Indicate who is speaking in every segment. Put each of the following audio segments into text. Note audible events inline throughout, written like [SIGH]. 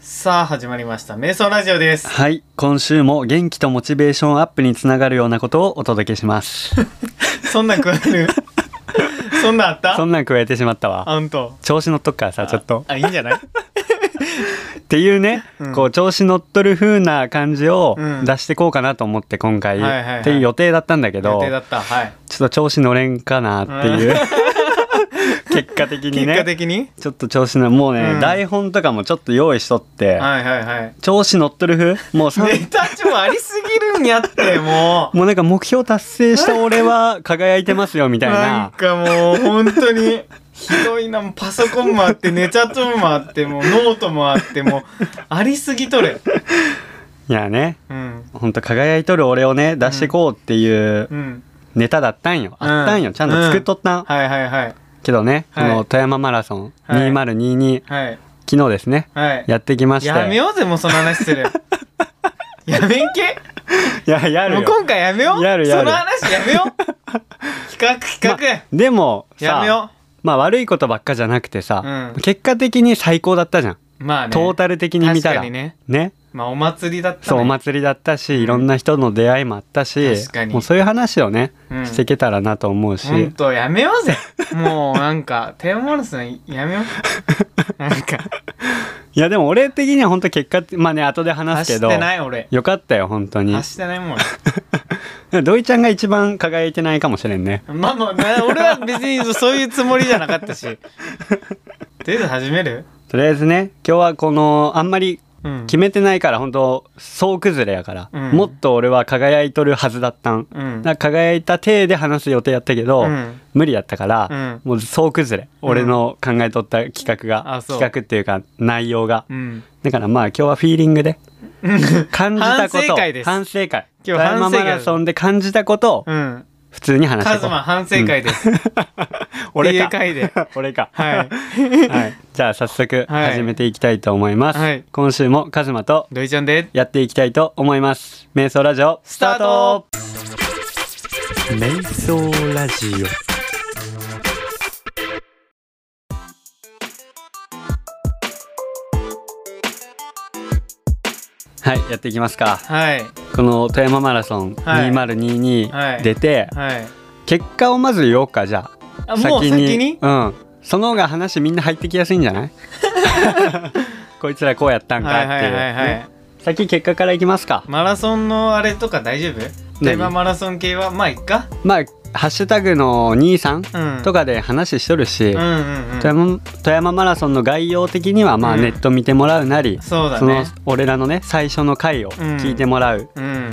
Speaker 1: さあ始まりました瞑想ラジオです
Speaker 2: [LAUGHS] はい今週も元気とモチベーションアップにつながるようなことをお届けします
Speaker 1: [LAUGHS] そんなん加え
Speaker 2: [LAUGHS]
Speaker 1: るそんなんあった
Speaker 2: そんなん加えてしまったわ
Speaker 1: あんと
Speaker 2: 調子乗っとくからさちょっと
Speaker 1: あいいんじゃない
Speaker 2: っていうね、
Speaker 1: うん
Speaker 2: こう調子乗っとる風な感じを
Speaker 1: うん
Speaker 2: 出してこうかなと思って今回、
Speaker 1: はいはいはい
Speaker 2: っていう予定だったんだけ
Speaker 1: 予
Speaker 2: ど
Speaker 1: 定だったはい
Speaker 2: ちょっと調子乗れんかなっていう、 [LAUGHS] 結果的に
Speaker 1: [LAUGHS] 結果
Speaker 2: ね
Speaker 1: 的に
Speaker 2: ちょっと調子乗もうね、
Speaker 1: うん
Speaker 2: 台本とかもちょっと用意しとって、
Speaker 1: はいはいはい
Speaker 2: 調子乗っとる風もうさん
Speaker 1: ネタ帳ありすぎるんやってもう
Speaker 2: もうなんか目標達成した俺は輝いてますよみたい
Speaker 1: なん
Speaker 2: な
Speaker 1: かもう本当にひどいなパソコンもあってネタ帳もあってもうノートもあってもうありすぎとる
Speaker 2: いやね
Speaker 1: うん
Speaker 2: ほんと輝いとる俺をね出してこうっていう
Speaker 1: うん
Speaker 2: ネタだったんよ、
Speaker 1: うん
Speaker 2: あったんよちゃんと作っとったん、
Speaker 1: はいはいはい
Speaker 2: けどね、
Speaker 1: はい
Speaker 2: この富山マラソン
Speaker 1: はい
Speaker 2: 2022、
Speaker 1: はい
Speaker 2: 昨日ですね
Speaker 1: はい
Speaker 2: やってきまして
Speaker 1: やめようぜもうその話
Speaker 2: [LAUGHS]
Speaker 1: するやめんけ
Speaker 2: い [LAUGHS] やや
Speaker 1: も
Speaker 2: る
Speaker 1: う
Speaker 2: よ
Speaker 1: 今回やめよう
Speaker 2: やるやる
Speaker 1: その話やめよ
Speaker 2: [LAUGHS]
Speaker 1: う企画
Speaker 2: ま
Speaker 1: 企
Speaker 2: でも
Speaker 1: 画、やめ
Speaker 2: さ
Speaker 1: よ
Speaker 2: まあ悪いことばっかじゃなくてさ、
Speaker 1: うん
Speaker 2: 結果的に最高だったじゃん、
Speaker 1: うまあね
Speaker 2: トータル的に見た
Speaker 1: 確
Speaker 2: ら
Speaker 1: かにね
Speaker 2: ね
Speaker 1: まあお祭りだったね
Speaker 2: そうお祭りだったしいろんな人の出会いもあったし
Speaker 1: 確かに
Speaker 2: もうそういう話をね、
Speaker 1: うん
Speaker 2: していけたらなと思うし、
Speaker 1: ほんとやめようぜもうなんかテーマラスンや
Speaker 2: [LAUGHS]
Speaker 1: めようなんか
Speaker 2: いやでも俺的には本当結果ってまあね後で話
Speaker 1: 走
Speaker 2: すけ
Speaker 1: っ
Speaker 2: ど
Speaker 1: てない俺
Speaker 2: よかったよ本当に
Speaker 1: 走ってないもん
Speaker 2: 土井ちゃんが一番輝いてないかもしれんね
Speaker 1: まあまあな俺は別にそういうつもりじゃなかったしとりあえず始める
Speaker 2: とりあえずね今日はこのあんまり
Speaker 1: うん
Speaker 2: 決めてないから本当総崩れやから、
Speaker 1: うん
Speaker 2: もっと俺は輝いとるはずだったん、
Speaker 1: うん
Speaker 2: だから輝いた体で話す予定やったけど、
Speaker 1: うん
Speaker 2: 無理やったから、もう総崩れ、
Speaker 1: ん
Speaker 2: 俺の考えとった企画が
Speaker 1: あそう
Speaker 2: 企画っていうか内容が、
Speaker 1: うん
Speaker 2: だからまあ今日はフィーリング
Speaker 1: [LAUGHS]
Speaker 2: で感じたこと
Speaker 1: 反省会です
Speaker 2: 反省会
Speaker 1: 今日反省会
Speaker 2: 富山マラソンで感じたことを
Speaker 1: うん
Speaker 2: 普通に話して
Speaker 1: カ
Speaker 2: いこ
Speaker 1: ズ
Speaker 2: う
Speaker 1: マ反省会です、って
Speaker 2: 俺
Speaker 1: いう
Speaker 2: か
Speaker 1: 回で
Speaker 2: 俺か
Speaker 1: はい
Speaker 2: はい、じゃあ早速
Speaker 1: はい
Speaker 2: 始めていきたいと思います、
Speaker 1: はい
Speaker 2: 今週もカズマと
Speaker 1: 土井ちゃんで
Speaker 2: やっていきたいと思います瞑想ラジオ
Speaker 1: スタート
Speaker 2: 瞑想ラジオはいやっていきますか
Speaker 1: はい
Speaker 2: この富山マラソン
Speaker 1: はいはい
Speaker 2: 2022出て、
Speaker 1: はい
Speaker 2: 結果をまず言おうかじゃ
Speaker 1: あ
Speaker 2: あ
Speaker 1: もう先に
Speaker 2: うんその方が話みんな入ってきやすいんじ
Speaker 1: [LAUGHS]
Speaker 2: ゃないこいつらこうやったんか
Speaker 1: は
Speaker 2: っ
Speaker 1: い
Speaker 2: て、
Speaker 1: はいいうはいはい
Speaker 2: ね先結果からいきますか
Speaker 1: マラソンのあれとか大丈夫テーママラソン系はまあいっか
Speaker 2: まあハッシュタグの兄さん
Speaker 1: うん
Speaker 2: とかで話しとるし、
Speaker 1: うんうんうん
Speaker 2: 富山富山マラソンの概要的にはまあ
Speaker 1: うん
Speaker 2: ネット見てもらうなり、
Speaker 1: そうだ
Speaker 2: その
Speaker 1: ね
Speaker 2: 俺らのね最初の回を聞いてもらう
Speaker 1: うん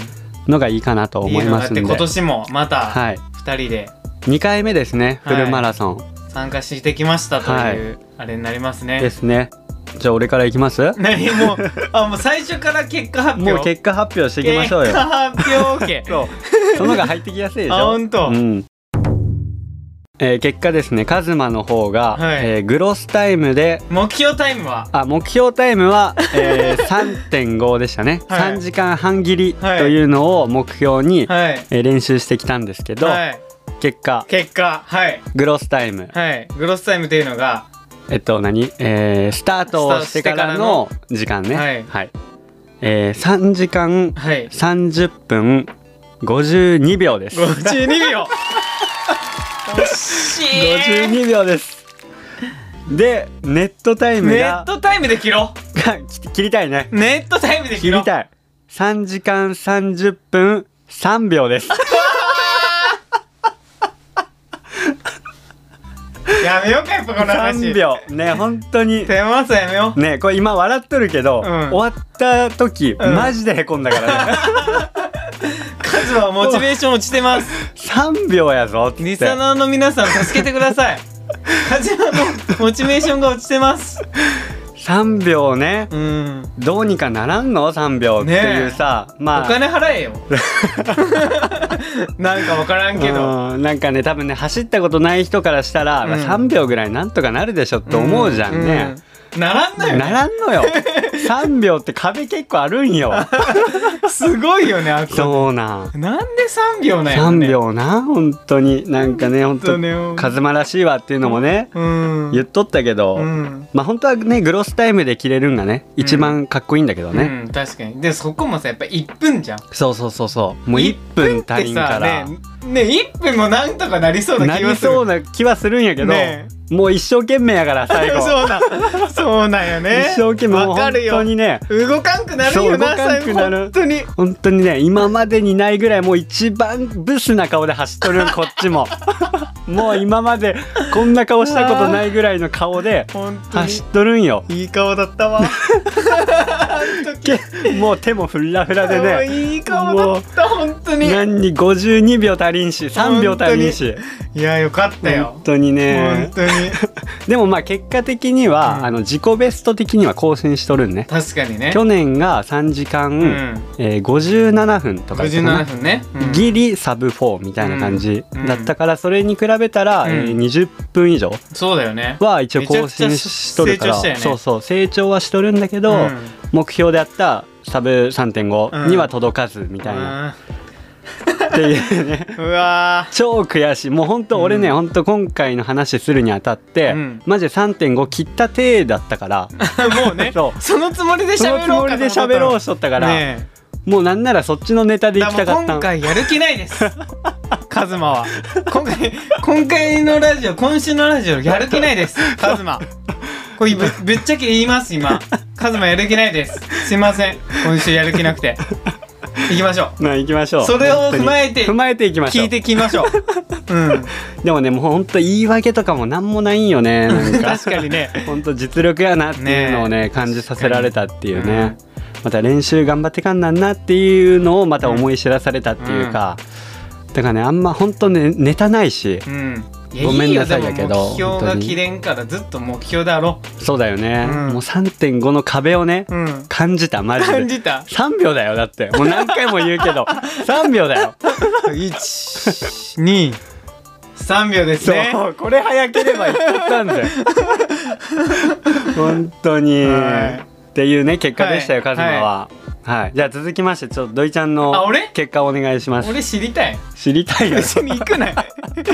Speaker 2: のがいいかなと思い
Speaker 1: のが
Speaker 2: ま
Speaker 1: あっ
Speaker 2: すん
Speaker 1: て
Speaker 2: で、
Speaker 1: 今年もまた
Speaker 2: はい、
Speaker 1: 2人で
Speaker 2: 2回目ですねフ
Speaker 1: はい
Speaker 2: ルマラソン
Speaker 1: 参加してきましたというあれになりますね、
Speaker 2: ですね、じゃあ俺からいきます
Speaker 1: 何もうあもう最初から結果発表
Speaker 2: もう結果発表していきましょうよ
Speaker 1: 結果発表 OK
Speaker 2: [LAUGHS] その方が入ってきやすいでしょ
Speaker 1: あほんと
Speaker 2: うんえー結果ですねカズマの方が、
Speaker 1: はい
Speaker 2: えーグロスタイムで
Speaker 1: 目標タイムは
Speaker 2: あ目標タイムは、え
Speaker 1: [LAUGHS]
Speaker 2: ー3.5でしたね、
Speaker 1: はい
Speaker 2: 3時間半切りと
Speaker 1: はい
Speaker 2: いうのを目標に、
Speaker 1: はい
Speaker 2: えー練習してきたんですけど、
Speaker 1: はい
Speaker 2: 結果
Speaker 1: 結果はい
Speaker 2: グロスタイム、
Speaker 1: はいグロスタイムというのが
Speaker 2: えっと何、えースタートをしてからの時間ね
Speaker 1: はい
Speaker 2: えー3時間
Speaker 1: はい
Speaker 2: 30分52秒です
Speaker 1: 52秒惜しい
Speaker 2: 52秒ですでネットタイム
Speaker 1: ネッ
Speaker 2: が
Speaker 1: トタイムで切ろ
Speaker 2: 切切りたいね
Speaker 1: うネットタイムで切
Speaker 2: 切
Speaker 1: ろう
Speaker 2: りたい3時間30分3秒です
Speaker 1: やめようかやっぱこの話
Speaker 2: 3秒ね本当に
Speaker 1: 手間さやめよう
Speaker 2: ねこれ今笑っとるけど、
Speaker 1: ん
Speaker 2: 終わった時、
Speaker 1: うん
Speaker 2: マジでへこんだからね
Speaker 1: [LAUGHS] カズはモチベーション落ちてます
Speaker 2: 3秒やぞっつ
Speaker 1: リ
Speaker 2: っ
Speaker 1: サ
Speaker 2: て
Speaker 1: ナーの皆さん助けてくださいカズマのモチベーションが落ちてます
Speaker 2: 3秒ね
Speaker 1: うん
Speaker 2: どうにかならんの3秒っていうさ、ま
Speaker 1: お
Speaker 2: あ
Speaker 1: 金払えよなんか分からんけど
Speaker 2: うんなんかね多分ね走ったことない人からしたら、
Speaker 1: うん
Speaker 2: まあ3秒ぐらいなんとかなるでしょって思うじゃんね、
Speaker 1: うならんなよ
Speaker 2: ならん
Speaker 1: [LAUGHS]
Speaker 2: のよ3秒って壁結構あるんよ
Speaker 1: すごいよねあっこ
Speaker 2: そうなん
Speaker 1: なんで3秒なんやろね
Speaker 2: 3秒な本当になんかね本
Speaker 1: ほ
Speaker 2: 当
Speaker 1: んとね
Speaker 2: カズマらしいわっていうのもね
Speaker 1: うん
Speaker 2: 言っとったけど、
Speaker 1: うん
Speaker 2: まあ本当はねグロスタイムで切れるんがね一番かっこいいんだけどね、
Speaker 1: うん、確かにでそこもさやっぱ1分じゃん
Speaker 2: そうそうそうそうもう1分足りんか
Speaker 1: でさ
Speaker 2: ら、
Speaker 1: ねね1分もなんとかなりそうな
Speaker 2: な
Speaker 1: 気が
Speaker 2: り
Speaker 1: する
Speaker 2: そうな気はするんやけど、
Speaker 1: ね
Speaker 2: もう一生懸命やから最後
Speaker 1: [LAUGHS] そうなんそうなんよね
Speaker 2: 一生懸命もう
Speaker 1: わか
Speaker 2: 本
Speaker 1: るよ
Speaker 2: 当にね
Speaker 1: 動かんくなるよな
Speaker 2: そう動かんくなる
Speaker 1: 最後本当に
Speaker 2: 本当にね今までにないぐらいもう一番ブスな顔で走っと
Speaker 1: [LAUGHS]
Speaker 2: るんこっちももう今までこんな顔したことないぐらいの顔で
Speaker 1: 本当
Speaker 2: 走っとるんよ
Speaker 1: にいい顔だったわあの時
Speaker 2: けもう手もフラフラで
Speaker 1: もう
Speaker 2: ね
Speaker 1: いい顔だった本当にい
Speaker 2: 何に52秒足りんし3秒足りんし
Speaker 1: やよかったよ
Speaker 2: 本当にね
Speaker 1: 本当に
Speaker 2: でもまあ結果的には、
Speaker 1: うん
Speaker 2: あの自己ベスト的には更新しとるんね
Speaker 1: 確かにね
Speaker 2: 去年が3時間、
Speaker 1: うん
Speaker 2: えー57分とかだったかな
Speaker 1: 57分ねうん
Speaker 2: ギリサブ4みたいな感じ
Speaker 1: うん
Speaker 2: だったからそれに比べたら、
Speaker 1: うん
Speaker 2: えー20分以上
Speaker 1: そうだよね
Speaker 2: は一応更新しとるから、
Speaker 1: めちゃくちゃ成長したよね
Speaker 2: そうそう成長はしとるんだけど、
Speaker 1: うん
Speaker 2: 目標であったサブ3.5には届かずみたいな、っていうね [LAUGHS]
Speaker 1: うんうわ
Speaker 2: 超悔しいもう本当俺ね、
Speaker 1: うん
Speaker 2: ほん、本当今回の話するにあたって、
Speaker 1: うん
Speaker 2: マジで3.5切った体だったから
Speaker 1: ーもうね
Speaker 2: [LAUGHS] そ
Speaker 1: そのつもりで
Speaker 2: その
Speaker 1: [LAUGHS] 喋
Speaker 2: つ
Speaker 1: ろう
Speaker 2: も
Speaker 1: か
Speaker 2: り
Speaker 1: と思
Speaker 2: で
Speaker 1: ったの
Speaker 2: 喋ろうしとったから、
Speaker 1: ね
Speaker 2: もうなんならそっちのネタ
Speaker 1: え
Speaker 2: でい
Speaker 1: だ
Speaker 2: き
Speaker 1: か
Speaker 2: た
Speaker 1: らも
Speaker 2: か
Speaker 1: う
Speaker 2: った
Speaker 1: 今
Speaker 2: ん
Speaker 1: 回やる気ないです
Speaker 2: [LAUGHS]
Speaker 1: カズマは今回今回のラジオ今週のラジオやる気ないですカズマこれぶぶっちゃけ言います今カズマやる気ないですすいません今週やる気なくて行きましょう
Speaker 2: まあ行きましょう
Speaker 1: それを
Speaker 2: 本当に
Speaker 1: 踏まえて
Speaker 2: 踏まえていきましょ
Speaker 1: 聞
Speaker 2: う
Speaker 1: いてきましょううん
Speaker 2: でもねもうほんと言い訳とかもなんもないん
Speaker 1: [LAUGHS]
Speaker 2: よねなんか
Speaker 1: 確かにね
Speaker 2: ほんと実力やなっていうのをね
Speaker 1: ねえ
Speaker 2: 感じさせられたっていうね
Speaker 1: 確、
Speaker 2: また練習頑張ってかんなんなっていうのをまた思い知らされたっていうか、だからねあんまほんとねネタないし
Speaker 1: うんや
Speaker 2: ごめんなさい
Speaker 1: いよ
Speaker 2: だけど
Speaker 1: でも目標
Speaker 2: 本当
Speaker 1: が
Speaker 2: に
Speaker 1: 切れんからずっと目標だろ
Speaker 2: そうだよね、
Speaker 1: うん
Speaker 2: もう3.5の壁をね、
Speaker 1: うん
Speaker 2: 感じたマジ
Speaker 1: 感
Speaker 2: で
Speaker 1: じた
Speaker 2: 3秒だよだってもう何回も言う
Speaker 1: [LAUGHS]
Speaker 2: けど3秒だよ
Speaker 1: 123秒です
Speaker 2: そう、
Speaker 1: ね
Speaker 2: これ早ければ言っちゃったんだよ [LAUGHS] 本当に、
Speaker 1: は
Speaker 2: っていうね結果でした
Speaker 1: は
Speaker 2: よ、
Speaker 1: い
Speaker 2: カズマは、はいじゃあ続きましてちょっと土井ちゃんの
Speaker 1: あ俺
Speaker 2: 結果をお願いします
Speaker 1: 俺知りたい
Speaker 2: 知りたいよ知
Speaker 1: 別に行く
Speaker 2: [LAUGHS]
Speaker 1: ない
Speaker 2: っとこ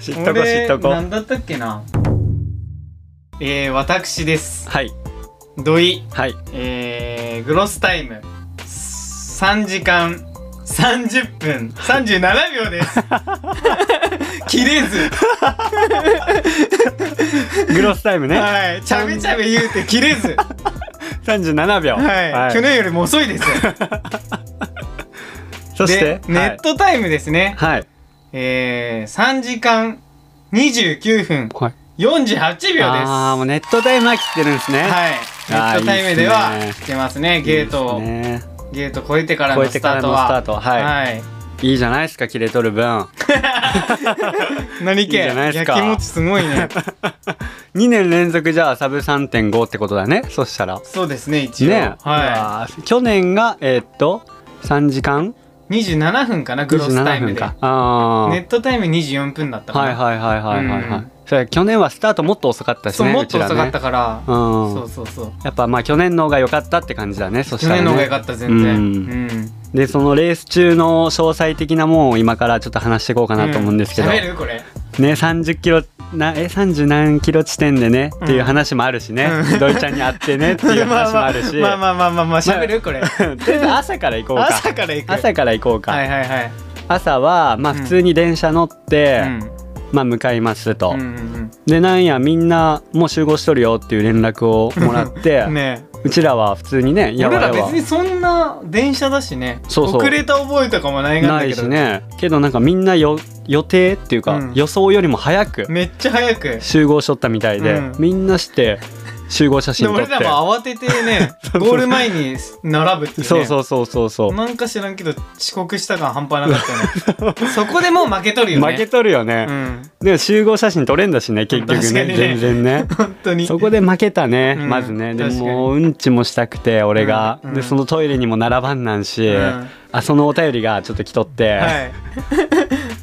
Speaker 2: 知っとこ
Speaker 1: 俺なんだったっけなえー、私です
Speaker 2: はい
Speaker 1: 土井
Speaker 2: はい
Speaker 1: えー、グロスタイム3時間30分37秒です
Speaker 2: [LAUGHS]
Speaker 1: 切れず
Speaker 2: グロスタイムね
Speaker 1: はいちゃべちゃべ言うて切れず
Speaker 2: [LAUGHS] 37秒
Speaker 1: はい、去年よりも遅いです
Speaker 2: [LAUGHS] そして
Speaker 1: で、ネットタイムですね、
Speaker 2: はい、はい
Speaker 1: えー、3時間29分
Speaker 2: はい、
Speaker 1: 48秒です
Speaker 2: ああもうネットタイムは切ってるんですね、
Speaker 1: はいネ
Speaker 2: あー
Speaker 1: ットタイムではい
Speaker 2: いっすね
Speaker 1: 来てますねゲートを
Speaker 2: いいですね
Speaker 1: ゲート越えてから
Speaker 2: 超
Speaker 1: の
Speaker 2: え
Speaker 1: ス
Speaker 2: て
Speaker 1: タ
Speaker 2: から
Speaker 1: ート
Speaker 2: のスター
Speaker 1: は
Speaker 2: トはい、
Speaker 1: はい
Speaker 2: い、いじゃないですか切れとる分
Speaker 1: 何
Speaker 2: いい
Speaker 1: 系
Speaker 2: じゃないですか
Speaker 1: や気持ちすごい
Speaker 2: [LAUGHS]
Speaker 1: ね
Speaker 2: 2年連続じゃあサブ3.5ってことだねそしたら
Speaker 1: そうですね一応
Speaker 2: ね、
Speaker 1: は
Speaker 2: はい、去年がえーっと3時間
Speaker 1: い27分かなグロスタイ
Speaker 2: 27
Speaker 1: ム
Speaker 2: 分
Speaker 1: で
Speaker 2: かああ、
Speaker 1: ネットタイム24分だったかな
Speaker 2: はいはいはいはいはいはい、
Speaker 1: うん
Speaker 2: それ去年はスタートもっと遅かったし
Speaker 1: そう
Speaker 2: ね
Speaker 1: もっと遅かっ
Speaker 2: うちら
Speaker 1: た
Speaker 2: ね
Speaker 1: から
Speaker 2: うん
Speaker 1: そうそうそう
Speaker 2: やっぱまあ去年の方が良かったって感じだねそし
Speaker 1: 去
Speaker 2: たら、ね、
Speaker 1: 年の方が良かった全然うん
Speaker 2: う
Speaker 1: ん
Speaker 2: でそのレース中の詳細的なもんを今からちょっと話していこうかなと思うんですけど、
Speaker 1: 喋
Speaker 2: ね
Speaker 1: るこれ
Speaker 2: 30キロなえ30何キロ地点でね、っていう話もあるしね、
Speaker 1: うん
Speaker 2: ドイちゃんに会ってねっていう話もあるし
Speaker 1: [LAUGHS] まあまあまあまあまあ喋るこれ
Speaker 2: [LAUGHS] とりあえず朝から行こうか
Speaker 1: 朝から行く
Speaker 2: 朝から行こうか、
Speaker 1: はいはいはい
Speaker 2: 朝はまあ
Speaker 1: うん
Speaker 2: 普通に電車乗って、まあ向かいますと、
Speaker 1: うんうん
Speaker 2: でなんやみんなもう集合しとるよっていう連絡をもらって、
Speaker 1: うん [LAUGHS] ね
Speaker 2: うちらは普通にね
Speaker 1: え
Speaker 2: や
Speaker 1: 俺ら
Speaker 2: ばい
Speaker 1: 別
Speaker 2: わ
Speaker 1: にそんな電車だしね
Speaker 2: そうそう
Speaker 1: 遅れた覚えとかもないがん
Speaker 2: な
Speaker 1: だけ
Speaker 2: い
Speaker 1: ど
Speaker 2: しねけどなんかみんなよ予定っていうか、
Speaker 1: うん
Speaker 2: 予想よりも早く
Speaker 1: めっちゃ早く
Speaker 2: 集合しとったみたいで、
Speaker 1: うん
Speaker 2: みんなして集合写
Speaker 1: で
Speaker 2: 真
Speaker 1: も
Speaker 2: 撮っ
Speaker 1: 俺ら
Speaker 2: て
Speaker 1: も慌てて
Speaker 2: [LAUGHS]
Speaker 1: ねゴール前に並ぶっていうね
Speaker 2: そうそうそうそうそう
Speaker 1: なんか知らんけど遅刻した感半端なか
Speaker 2: [LAUGHS]
Speaker 1: ったねそこでもう負けとるよね
Speaker 2: 負けとるよ
Speaker 1: う
Speaker 2: ね、
Speaker 1: ん
Speaker 2: でも集合写真撮れんだしね結局
Speaker 1: 確か
Speaker 2: ね
Speaker 1: にね
Speaker 2: 全然ね
Speaker 1: 本当に
Speaker 2: そこで負けたね、
Speaker 1: うん
Speaker 2: まずねで
Speaker 1: 確かに
Speaker 2: もううんちもしたくて俺が、
Speaker 1: うんうん
Speaker 2: でそのトイレにも並ばんなんし、
Speaker 1: うん
Speaker 2: [LAUGHS] あそのお便りがちょっと来とって、
Speaker 1: はい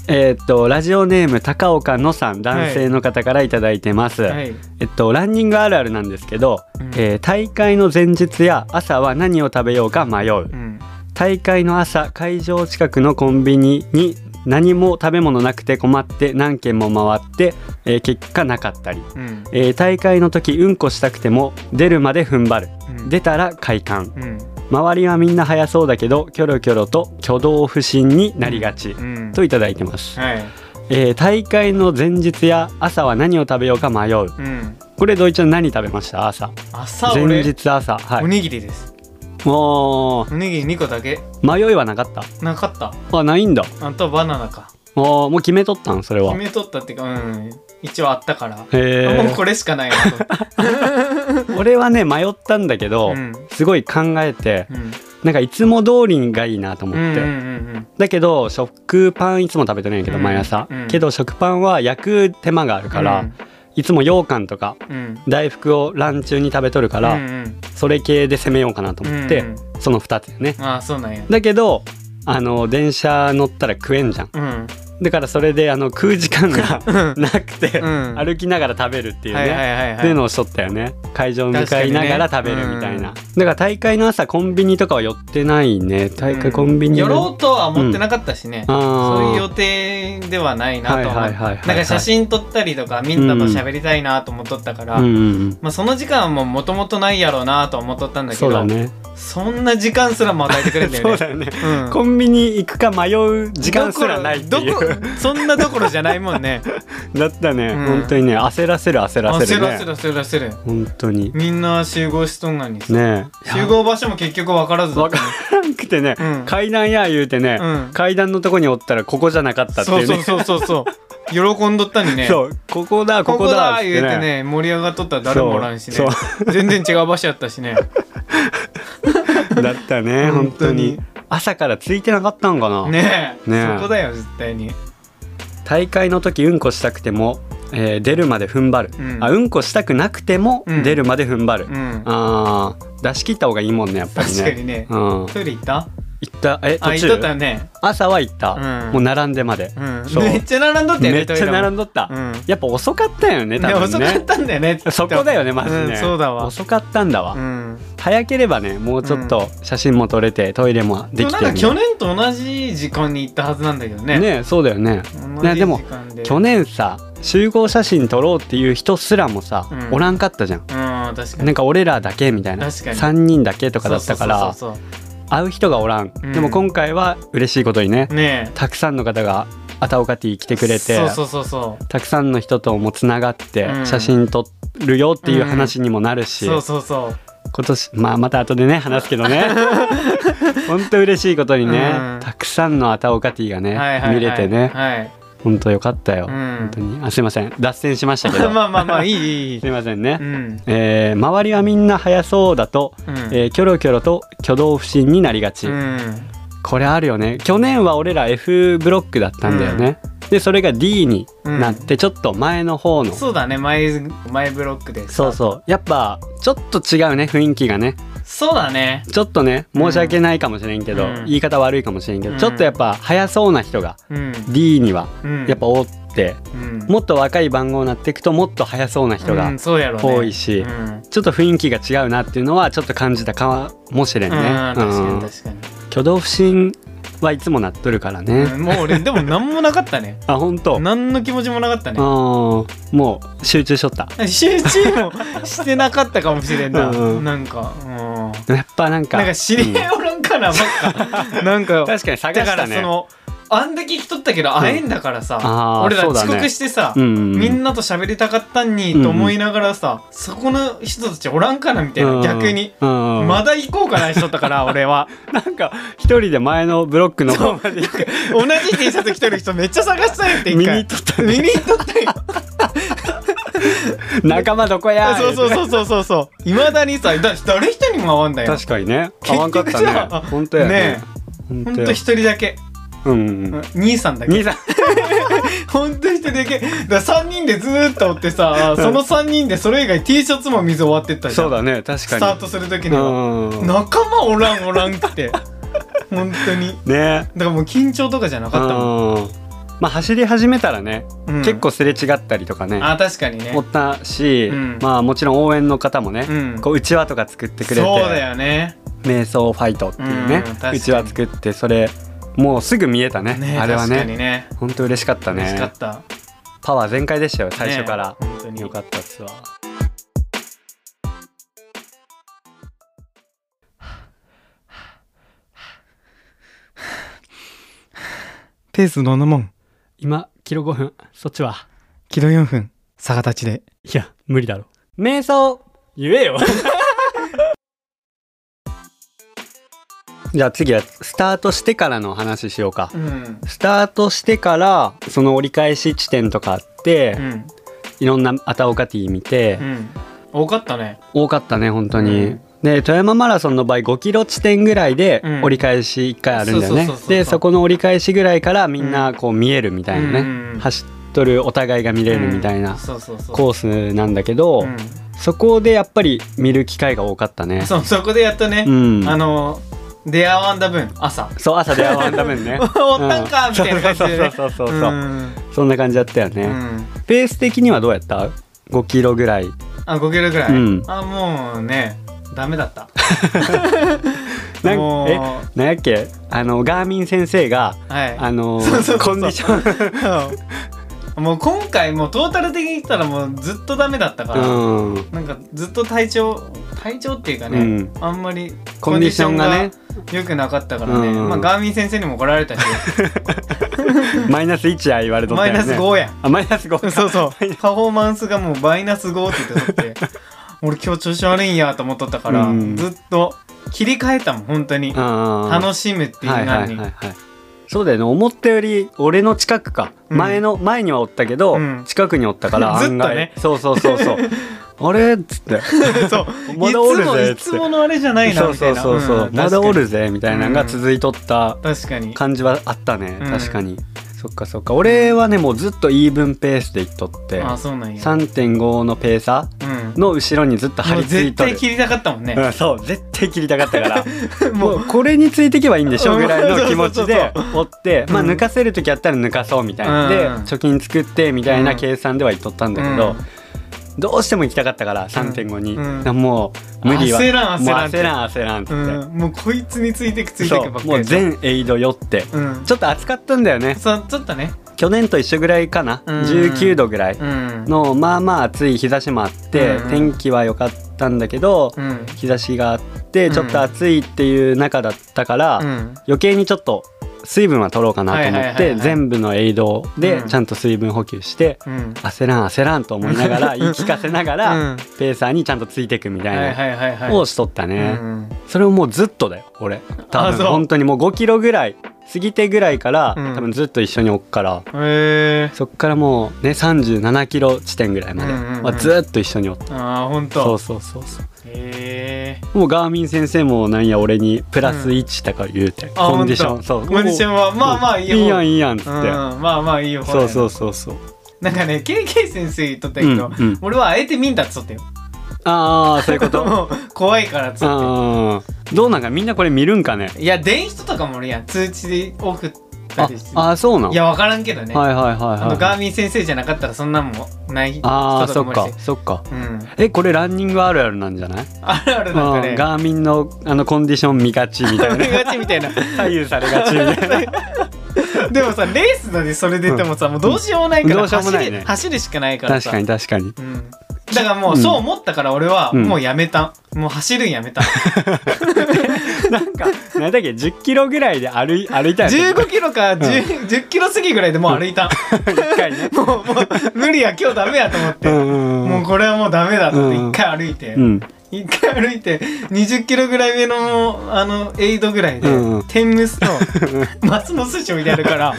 Speaker 2: えーっとラジオネーム高岡のさん男性の方からいただいてます、
Speaker 1: はい。
Speaker 2: えっとランニングあるあるなんですけど、
Speaker 1: うん
Speaker 2: えー大会の前日や朝は何を食べようか迷う
Speaker 1: うん。
Speaker 2: 大会の朝会場近くのコンビニに何も食べ物なくて困って何軒も回って、えー結果なかったり、
Speaker 1: うん。
Speaker 2: えー大会の時うんこしたくても出るまで踏ん張る
Speaker 1: うん、
Speaker 2: 出たら快感
Speaker 1: うん。
Speaker 2: 周りはみんな早そうだけどキョロキョロと挙動不審になりがち、
Speaker 1: うん。
Speaker 2: といただいてます、
Speaker 1: はい。
Speaker 2: えー大会の前日や朝は何を食べようか迷
Speaker 1: う
Speaker 2: う
Speaker 1: ん。
Speaker 2: これ土井ちゃん何食べました朝
Speaker 1: 朝
Speaker 2: 前
Speaker 1: 俺、
Speaker 2: 日朝はい
Speaker 1: おにぎりです。
Speaker 2: も
Speaker 1: おにぎり2個だけ。
Speaker 2: う迷いはなかった
Speaker 1: なかった。
Speaker 2: あないんだ
Speaker 1: あとはバナナか。
Speaker 2: もうもう決めとったんそれは
Speaker 1: 決めとったっていうか、うん。一応あったから。
Speaker 2: へ
Speaker 1: もう
Speaker 2: ー
Speaker 1: これしかないなと思って。
Speaker 2: 俺はね迷ったんだけど、
Speaker 1: うん。
Speaker 2: すごい考えて
Speaker 1: うん。
Speaker 2: なんかいつも通りがいいなと思
Speaker 1: う
Speaker 2: っ
Speaker 1: ん。う
Speaker 2: て、
Speaker 1: ん。
Speaker 2: だけど食パンいつも食べてないんやけど、
Speaker 1: うん
Speaker 2: 毎朝、
Speaker 1: うん
Speaker 2: けど食パンは焼く手間があるから、
Speaker 1: うん。
Speaker 2: いつも羊羹とか
Speaker 1: うん。
Speaker 2: 大福をランチ中に食べとるから、
Speaker 1: うん
Speaker 2: それ系で攻めようかなと
Speaker 1: うん。
Speaker 2: 思って、
Speaker 1: うん
Speaker 2: その2つよね
Speaker 1: ああ、そうなんや。
Speaker 2: だけどあの電車乗ったら食えんじゃん
Speaker 1: うん。
Speaker 2: だからそれであの食う時
Speaker 1: [LAUGHS]
Speaker 2: 間がなくて、 [LAUGHS]
Speaker 1: うん
Speaker 2: 歩きながら食べるっていうね、
Speaker 1: はいはいはい
Speaker 2: っていう
Speaker 1: はい。
Speaker 2: のをしとったよね会場向かいながら食べるみたいな、だから大会の朝コンビニとかは寄ってないね大会コンビニ
Speaker 1: 寄
Speaker 2: で
Speaker 1: ろうとは思ってなかったしね。
Speaker 2: あ
Speaker 1: そういう
Speaker 2: ー
Speaker 1: 予定ではないなと思
Speaker 2: は
Speaker 1: っ
Speaker 2: い
Speaker 1: て
Speaker 2: はいはいはい
Speaker 1: なん
Speaker 2: はい
Speaker 1: か写真撮ったりとかみんなと喋りたいなと思っとったから、
Speaker 2: うんうんうん
Speaker 1: まあ、その時間はもうもともとないやろうなとは思っとったんだけ
Speaker 2: そうだ
Speaker 1: ど
Speaker 2: ね
Speaker 1: そんな時間すらも与えてくれんだよね
Speaker 2: [LAUGHS] そうだよね
Speaker 1: うん
Speaker 2: コンビニ行くか迷う時間すらないってい
Speaker 1: どこ
Speaker 2: う
Speaker 1: どこそんなどころじゃないもんね
Speaker 2: だったね、
Speaker 1: うん
Speaker 2: 本当にね焦らせる焦らせ
Speaker 1: 焦
Speaker 2: る
Speaker 1: らせ
Speaker 2: ね
Speaker 1: る焦らせる
Speaker 2: 本当に
Speaker 1: みんな集合しとんがにさ、
Speaker 2: ねえ
Speaker 1: 集合場所も結局分からずだっ
Speaker 2: 分
Speaker 1: た
Speaker 2: か
Speaker 1: ね
Speaker 2: らんくてね、
Speaker 1: うん
Speaker 2: 階段や言うてね、
Speaker 1: うん
Speaker 2: 階段のとこにおったらここじゃなかったっていう
Speaker 1: そ
Speaker 2: ね
Speaker 1: うそうそうそうそう喜んどったにね
Speaker 2: [LAUGHS] そうここだこ
Speaker 1: こ
Speaker 2: こ
Speaker 1: こ
Speaker 2: だ
Speaker 1: だ
Speaker 2: っつ
Speaker 1: 言えてね盛り上がっとったら誰もおらんしね
Speaker 2: そう
Speaker 1: 全然違う場所やったし
Speaker 2: [LAUGHS]
Speaker 1: ね
Speaker 2: だったね本
Speaker 1: 本
Speaker 2: 当
Speaker 1: 当
Speaker 2: に
Speaker 1: に
Speaker 2: 朝からついてなかったんかな、
Speaker 1: ねえ
Speaker 2: ねえ
Speaker 1: そこだよ絶対に
Speaker 2: 大会の時うんこしたくても、えー出るまで踏ん張る、
Speaker 1: うん
Speaker 2: あうんこしたくなくても、
Speaker 1: うん
Speaker 2: 出るまで踏ん張る、
Speaker 1: うん
Speaker 2: あー出し切った方がいいもんねやっぱりね
Speaker 1: 確かにね
Speaker 2: うん、行
Speaker 1: トイレ行った
Speaker 2: ったえ
Speaker 1: あ
Speaker 2: 途
Speaker 1: 行っと
Speaker 2: 中
Speaker 1: ったよね
Speaker 2: 朝は行った、
Speaker 1: うん
Speaker 2: もう並んでまで、
Speaker 1: うん
Speaker 2: そう
Speaker 1: めっちゃ並んどったよ
Speaker 2: め
Speaker 1: ね
Speaker 2: っちゃ並
Speaker 1: ん
Speaker 2: んどった、
Speaker 1: うん
Speaker 2: やっぱ遅かったよね
Speaker 1: で
Speaker 2: 多分
Speaker 1: 遅かっ
Speaker 2: ね
Speaker 1: たんだよね
Speaker 2: そこだよねまずね、
Speaker 1: うんそうだわ
Speaker 2: 遅かったんだわ、
Speaker 1: うん
Speaker 2: 早ければねもうちょっと写真も撮れてトイレも
Speaker 1: で
Speaker 2: で
Speaker 1: も
Speaker 2: き
Speaker 1: な
Speaker 2: て
Speaker 1: んか去年と同じ時間に行ったはずなんだけどね
Speaker 2: ねそうだよね
Speaker 1: 同
Speaker 2: ね
Speaker 1: じ
Speaker 2: でも
Speaker 1: 時間で
Speaker 2: 去年さ集合写真撮ろうっていう人すらもさ、
Speaker 1: うん
Speaker 2: おらんかったじゃん
Speaker 1: うん確か
Speaker 2: な
Speaker 1: に
Speaker 2: んか俺らだけみたいな
Speaker 1: 確かに
Speaker 2: 3人だけとかだったから
Speaker 1: そうそうそう
Speaker 2: 会う人がおらん、
Speaker 1: うん
Speaker 2: でも今回は嬉しいことにね
Speaker 1: そうね
Speaker 2: たくさんの方がアタオカティ来て
Speaker 1: え
Speaker 2: くれて
Speaker 1: そうそうそうそう
Speaker 2: たくさんの人ともつながって
Speaker 1: うん
Speaker 2: 写真撮るよっていう話にもなるし、
Speaker 1: そうそうそう
Speaker 2: 今年まあまた後でね話すけど
Speaker 1: [LAUGHS]
Speaker 2: ね本当嬉しいことにね、
Speaker 1: うん
Speaker 2: たくさんのアタオカティが
Speaker 1: は
Speaker 2: ね、
Speaker 1: いはいはい
Speaker 2: 見れてね
Speaker 1: はい
Speaker 2: 本当よかったよ、
Speaker 1: うん
Speaker 2: 本当にあすいません脱線しましたけど
Speaker 1: [LAUGHS] まあまあまあいいいいいい
Speaker 2: すいませんね、
Speaker 1: うん
Speaker 2: えー周りはみんな早そうだと、
Speaker 1: うん
Speaker 2: えーキョロキョロと挙動不審になりがち、
Speaker 1: うん
Speaker 2: これあるよね去年は俺ら F ブロックだったんだよね、でそれが D になってちょっと前の方の、
Speaker 1: そうだね前前ブロックで
Speaker 2: そうそうやっぱちょっと違うね雰囲気がね
Speaker 1: そうだね
Speaker 2: ちょっとね申し訳ないかもしれんけど、
Speaker 1: うん
Speaker 2: 言い方悪いかもしれんけど、
Speaker 1: うん
Speaker 2: ちょっとやっぱ早そうな人が
Speaker 1: うん
Speaker 2: D には
Speaker 1: うん
Speaker 2: やっぱおって、
Speaker 1: うん
Speaker 2: もっと若い番号になっていくともっと早そうな人が、
Speaker 1: うんそうやろね
Speaker 2: 多いし
Speaker 1: うん
Speaker 2: ちょっと雰囲気が違うなっていうのはちょっと感じたかもしれん
Speaker 1: う
Speaker 2: ね
Speaker 1: ん、確
Speaker 2: う
Speaker 1: か
Speaker 2: ん
Speaker 1: に確かに
Speaker 2: 挙動不審はいつもなっとるからね、
Speaker 1: うんもう俺でも何もなかったね
Speaker 2: あ本当。
Speaker 1: 何の気持ちもなかった
Speaker 2: あ
Speaker 1: ね
Speaker 2: ーもう集中しとった
Speaker 1: 集中もしてなかったかもしれんな
Speaker 2: うん
Speaker 1: なんかうん
Speaker 2: やっぱなんか
Speaker 1: なんか知り合いおらんからばっかなんか
Speaker 2: うん確かに探
Speaker 1: だ
Speaker 2: し
Speaker 1: か
Speaker 2: た
Speaker 1: らそ
Speaker 2: ね
Speaker 1: のあんだけ来とったけど会えんだから
Speaker 2: あ
Speaker 1: さ
Speaker 2: ー
Speaker 1: 俺ら
Speaker 2: そうだ
Speaker 1: 遅
Speaker 2: ね
Speaker 1: 刻してさ
Speaker 2: うんうんうん
Speaker 1: みんなと喋りたかったんにと思いながらさ、そこの人たちおらんかなみたいな、
Speaker 2: うん
Speaker 1: 逆に、
Speaker 2: うんうん
Speaker 1: まだ行こうかな人だから
Speaker 2: [LAUGHS]
Speaker 1: 俺は
Speaker 2: なんか一人で前のブロックの方まで行く
Speaker 1: 同じ T シャツ着てる人めっちゃ探したよって一
Speaker 2: 見に行 [LAUGHS]
Speaker 1: 回
Speaker 2: っとった
Speaker 1: 見に行っとった
Speaker 2: [LAUGHS]
Speaker 1: よ
Speaker 2: 仲間どこや
Speaker 1: そうそうそうそうそうそういまだにさだ誰一人にも会わんだよ
Speaker 2: 確かにね
Speaker 1: 結局さ
Speaker 2: 合わんかったね本当やね
Speaker 1: ね
Speaker 2: 本
Speaker 1: ほ
Speaker 2: 当
Speaker 1: ん
Speaker 2: や
Speaker 1: と一人だけ、
Speaker 2: うんう
Speaker 1: うんん兄さんだけ
Speaker 2: 兄さん
Speaker 1: ほんと一人だけだ3人でずーっとおってさその3人でそれ以外 T シャツも水終わってったじゃん
Speaker 2: そうだね確か
Speaker 1: ス
Speaker 2: に
Speaker 1: タートする時には、
Speaker 2: うん
Speaker 1: 仲間おらんおらんくて本当に
Speaker 2: ね
Speaker 1: だからもう緊張とかじゃなかったもん
Speaker 2: うんまあ、走り始めたらね、
Speaker 1: うん
Speaker 2: 結構すれ違ったりとかね
Speaker 1: あ確かにね
Speaker 2: おったし、
Speaker 1: うん
Speaker 2: まあもちろん応援の方もね、
Speaker 1: うん
Speaker 2: こううちわとか作ってくれて
Speaker 1: そうだよね
Speaker 2: 瞑想ファイトっていう
Speaker 1: うん
Speaker 2: ね
Speaker 1: 確かに
Speaker 2: うちわ作ってそれもうすぐ見えたね
Speaker 1: ね
Speaker 2: あれは
Speaker 1: 確かに
Speaker 2: ね
Speaker 1: ね
Speaker 2: 本当嬉しかった
Speaker 1: 嬉しか
Speaker 2: ね
Speaker 1: った
Speaker 2: パワー全開でしたよ最初から
Speaker 1: ね、本当に
Speaker 2: よかったっすわ
Speaker 1: ペースどんなもん
Speaker 2: 今キロ5分そっちは
Speaker 1: キロ4分逆立ちで
Speaker 2: いや無理だろ瞑想言え [LAUGHS] よじゃあ次はスタートしてからの話しようか
Speaker 1: うん
Speaker 2: スタートしてからその折り返し地点とかあって、
Speaker 1: うん
Speaker 2: いろんなアタオカティ見て
Speaker 1: う、ん多かったね
Speaker 2: 多かったね本当に、
Speaker 1: うん
Speaker 2: で富山マラソンの場合5キロ地点ぐらいで
Speaker 1: うん
Speaker 2: 折り返し1回あるんだよ
Speaker 1: そう
Speaker 2: ね
Speaker 1: そうそうそう
Speaker 2: でそこの折り返しぐらいからみんなこう見えるみたいなね、
Speaker 1: うん
Speaker 2: 走っとるお互いが見れるみたいな
Speaker 1: そうそうそう
Speaker 2: コースなんだけど、
Speaker 1: うん
Speaker 2: そこでやっぱり見る機会が多かったね
Speaker 1: そうそこでやっとね
Speaker 2: うん
Speaker 1: あの出会わんだ分朝
Speaker 2: そう朝出会わんた
Speaker 1: [LAUGHS]
Speaker 2: めにね
Speaker 1: おったんか
Speaker 2: う
Speaker 1: みたいな感じでね
Speaker 2: そうそうそうそう
Speaker 1: う
Speaker 2: そう、
Speaker 1: ん
Speaker 2: そんな感じだったよね、
Speaker 1: うん
Speaker 2: ペース的にはどうやった5キロぐらい
Speaker 1: あ5キロぐらい
Speaker 2: うん
Speaker 1: あもうねダメだった
Speaker 2: なん
Speaker 1: もう
Speaker 2: えなんやっけあのガーミン先生が
Speaker 1: はい
Speaker 2: あのー
Speaker 1: そうそうそうそう
Speaker 2: コンディション
Speaker 1: うんもう今回もうトータル的に言ったらもうずっとダメだったから、
Speaker 2: うん
Speaker 1: なんかずっと体調体調っていうかね、
Speaker 2: うん
Speaker 1: あんまり
Speaker 2: コンディションがね
Speaker 1: 良くなかったからね、
Speaker 2: うん
Speaker 1: まあガーミン先生にも来られたし、
Speaker 2: マイナス1や言われとった
Speaker 1: マ
Speaker 2: よ
Speaker 1: イ
Speaker 2: ね
Speaker 1: ナス5やん
Speaker 2: あマイナス5 [LAUGHS]
Speaker 1: そうそう [LAUGHS] パフォーマンスがもうマイナス5って言ってとって
Speaker 2: [LAUGHS]
Speaker 1: 俺今日調子悪いんやと思っとったから、
Speaker 2: うん
Speaker 1: ずっと切り替えたもん本当に、
Speaker 2: 楽
Speaker 1: 楽しむっていう
Speaker 2: は
Speaker 1: の
Speaker 2: い
Speaker 1: に、
Speaker 2: はいはいはいそうだよね思ったより俺の近くか、
Speaker 1: うん
Speaker 2: 前の前にはおったけど、
Speaker 1: うん
Speaker 2: 近くにおったから
Speaker 1: ずっと
Speaker 2: 案
Speaker 1: ね
Speaker 2: 外そうそう
Speaker 1: [LAUGHS]
Speaker 2: そうそうあれっつって
Speaker 1: そう
Speaker 2: ま
Speaker 1: いつ
Speaker 2: だおる
Speaker 1: も
Speaker 2: ぜ
Speaker 1: いつものあれじゃないな
Speaker 2: そう
Speaker 1: みた
Speaker 2: そ
Speaker 1: いうな
Speaker 2: そうそう、
Speaker 1: ん
Speaker 2: まだおるぜみたいなのが続いとった
Speaker 1: 確かに確か
Speaker 2: 感じはあったね、
Speaker 1: うん
Speaker 2: 確かにそっかそっか俺はねもうずっとイーブンペースでいっとって
Speaker 1: にあそうなんや
Speaker 2: 3.5のペーサ
Speaker 1: うん
Speaker 2: ーの後ろにずっと張
Speaker 1: もう
Speaker 2: り付い
Speaker 1: 絶
Speaker 2: とる
Speaker 1: 対切りたかったもんね
Speaker 2: う。ん、そう絶対切りたかったからも
Speaker 1: もう
Speaker 2: うこれについていけばいいんでしょぐらいの気持ちで
Speaker 1: そう
Speaker 2: 追って、まあ、
Speaker 1: うん
Speaker 2: 抜かせる時あったら抜かそうみたいな、で
Speaker 1: うん
Speaker 2: 貯金作ってみたいな
Speaker 1: うん
Speaker 2: 計算ではいっとったんだけど、どうしても行きたかったから3.5に、
Speaker 1: うんうん
Speaker 2: もう無理は
Speaker 1: 焦らん焦
Speaker 2: もう
Speaker 1: らんって
Speaker 2: 焦らん焦らんっつ
Speaker 1: う
Speaker 2: って、
Speaker 1: ん、もうこいつについてくついて
Speaker 2: そ
Speaker 1: く
Speaker 2: う
Speaker 1: ばっかり
Speaker 2: もう
Speaker 1: でしょ
Speaker 2: 全エイドよって
Speaker 1: うん
Speaker 2: ちょっと暑かったんだよね
Speaker 1: そうちょっとね
Speaker 2: 去年と一緒ぐらいかな、
Speaker 1: うん
Speaker 2: 19度ぐらい
Speaker 1: うん
Speaker 2: のまあまあ暑い日差しもあって、
Speaker 1: うん
Speaker 2: 天気は良かったんだけど、
Speaker 1: うん
Speaker 2: 日差しがあって
Speaker 1: うん
Speaker 2: ちょっと暑いっていう中だったから、
Speaker 1: うん
Speaker 2: 余計にちょっと水分は取ろうかなと
Speaker 1: はい
Speaker 2: 思っ
Speaker 1: はいはい
Speaker 2: て
Speaker 1: はい
Speaker 2: 全部のエイドで
Speaker 1: うん
Speaker 2: ちゃんと水分補給して
Speaker 1: うん
Speaker 2: 焦らん焦らんと思いな
Speaker 1: [LAUGHS]
Speaker 2: がら言い聞かせながら
Speaker 1: うん
Speaker 2: ペーサーにちゃんとついていくみた
Speaker 1: はいい
Speaker 2: な
Speaker 1: はいはいはい
Speaker 2: のをしとった
Speaker 1: う
Speaker 2: ね
Speaker 1: ん
Speaker 2: それをもうずっとだよ俺多
Speaker 1: あそ
Speaker 2: 分
Speaker 1: う
Speaker 2: 本当にもう5キロぐらい過ぎてぐらいから
Speaker 1: うん
Speaker 2: 多分ずっと一緒に置くから
Speaker 1: へえ
Speaker 2: そっからもうね37キロ地点ぐらいまで
Speaker 1: うんうんうん
Speaker 2: はずっと一緒におった
Speaker 1: ああほん
Speaker 2: そう
Speaker 1: と
Speaker 2: そうそうそう
Speaker 1: へえ
Speaker 2: もうガーミン先生もなんや俺にプラス1とか言うて、
Speaker 1: あ
Speaker 2: コンディショ
Speaker 1: ほん
Speaker 2: ン
Speaker 1: と
Speaker 2: そう
Speaker 1: コンディションはまあまあいいよ
Speaker 2: いいやんいいやんっつって、
Speaker 1: うんまあまあいいよ
Speaker 2: そうそううそうそう
Speaker 1: なんかね KK 先生言っとったけど、
Speaker 2: うんうん
Speaker 1: 俺はあえて見んだっつっとったよ
Speaker 2: ああそういう
Speaker 1: [LAUGHS]
Speaker 2: ことあ
Speaker 1: もう怖いからっつっ
Speaker 2: あどうなんかみんなこれ見るんかね
Speaker 1: ていや電人とかも俺やん通知で送った
Speaker 2: あ
Speaker 1: りして
Speaker 2: あーそうなの
Speaker 1: いやわからんけどね、
Speaker 2: はいはいは
Speaker 1: あ
Speaker 2: い
Speaker 1: の
Speaker 2: は
Speaker 1: ガー
Speaker 2: い
Speaker 1: ミン先生じゃなかったらそんなんもない人
Speaker 2: ああ
Speaker 1: と
Speaker 2: そ
Speaker 1: か
Speaker 2: っ
Speaker 1: もいる
Speaker 2: か
Speaker 1: し
Speaker 2: そっか
Speaker 1: うん、
Speaker 2: えこれランニングあるあるなんじゃない
Speaker 1: あるあるなんか
Speaker 2: うん
Speaker 1: ね
Speaker 2: ガーミンのあのコンディション見がちみたい
Speaker 1: [LAUGHS]
Speaker 2: な
Speaker 1: ガチみたいな
Speaker 2: 左右されがちみたいな
Speaker 1: でもさレースでそれ出てもさ、もうどうしようもないか
Speaker 2: ど
Speaker 1: ら
Speaker 2: うしようも
Speaker 1: 走
Speaker 2: ない
Speaker 1: る,、
Speaker 2: ね
Speaker 1: 走るしかないから
Speaker 2: [LAUGHS] 確
Speaker 1: さ
Speaker 2: かに確かに
Speaker 1: うん、だからもうそう思ったから俺は
Speaker 2: うん
Speaker 1: もうやめた、もう走るんや
Speaker 2: [LAUGHS]
Speaker 1: めた
Speaker 2: なんか何だっけ10キロぐらいで歩い歩いたん
Speaker 1: 1
Speaker 2: やったっ
Speaker 1: 5キロか 10, 10キロ過ぎぐらいでもう歩
Speaker 2: [LAUGHS]
Speaker 1: いた、
Speaker 2: け一回ね
Speaker 1: もうもう無理や今日ダメやと思って、
Speaker 2: うんうんうん
Speaker 1: [LAUGHS] もうこれはもうダメだと思って
Speaker 2: うん
Speaker 1: 一回歩いて、
Speaker 2: うん
Speaker 1: 一回歩いて20キロぐらい目のあのエイドぐらいで、
Speaker 2: うんうん
Speaker 1: 天むすと松の寿司を入れるから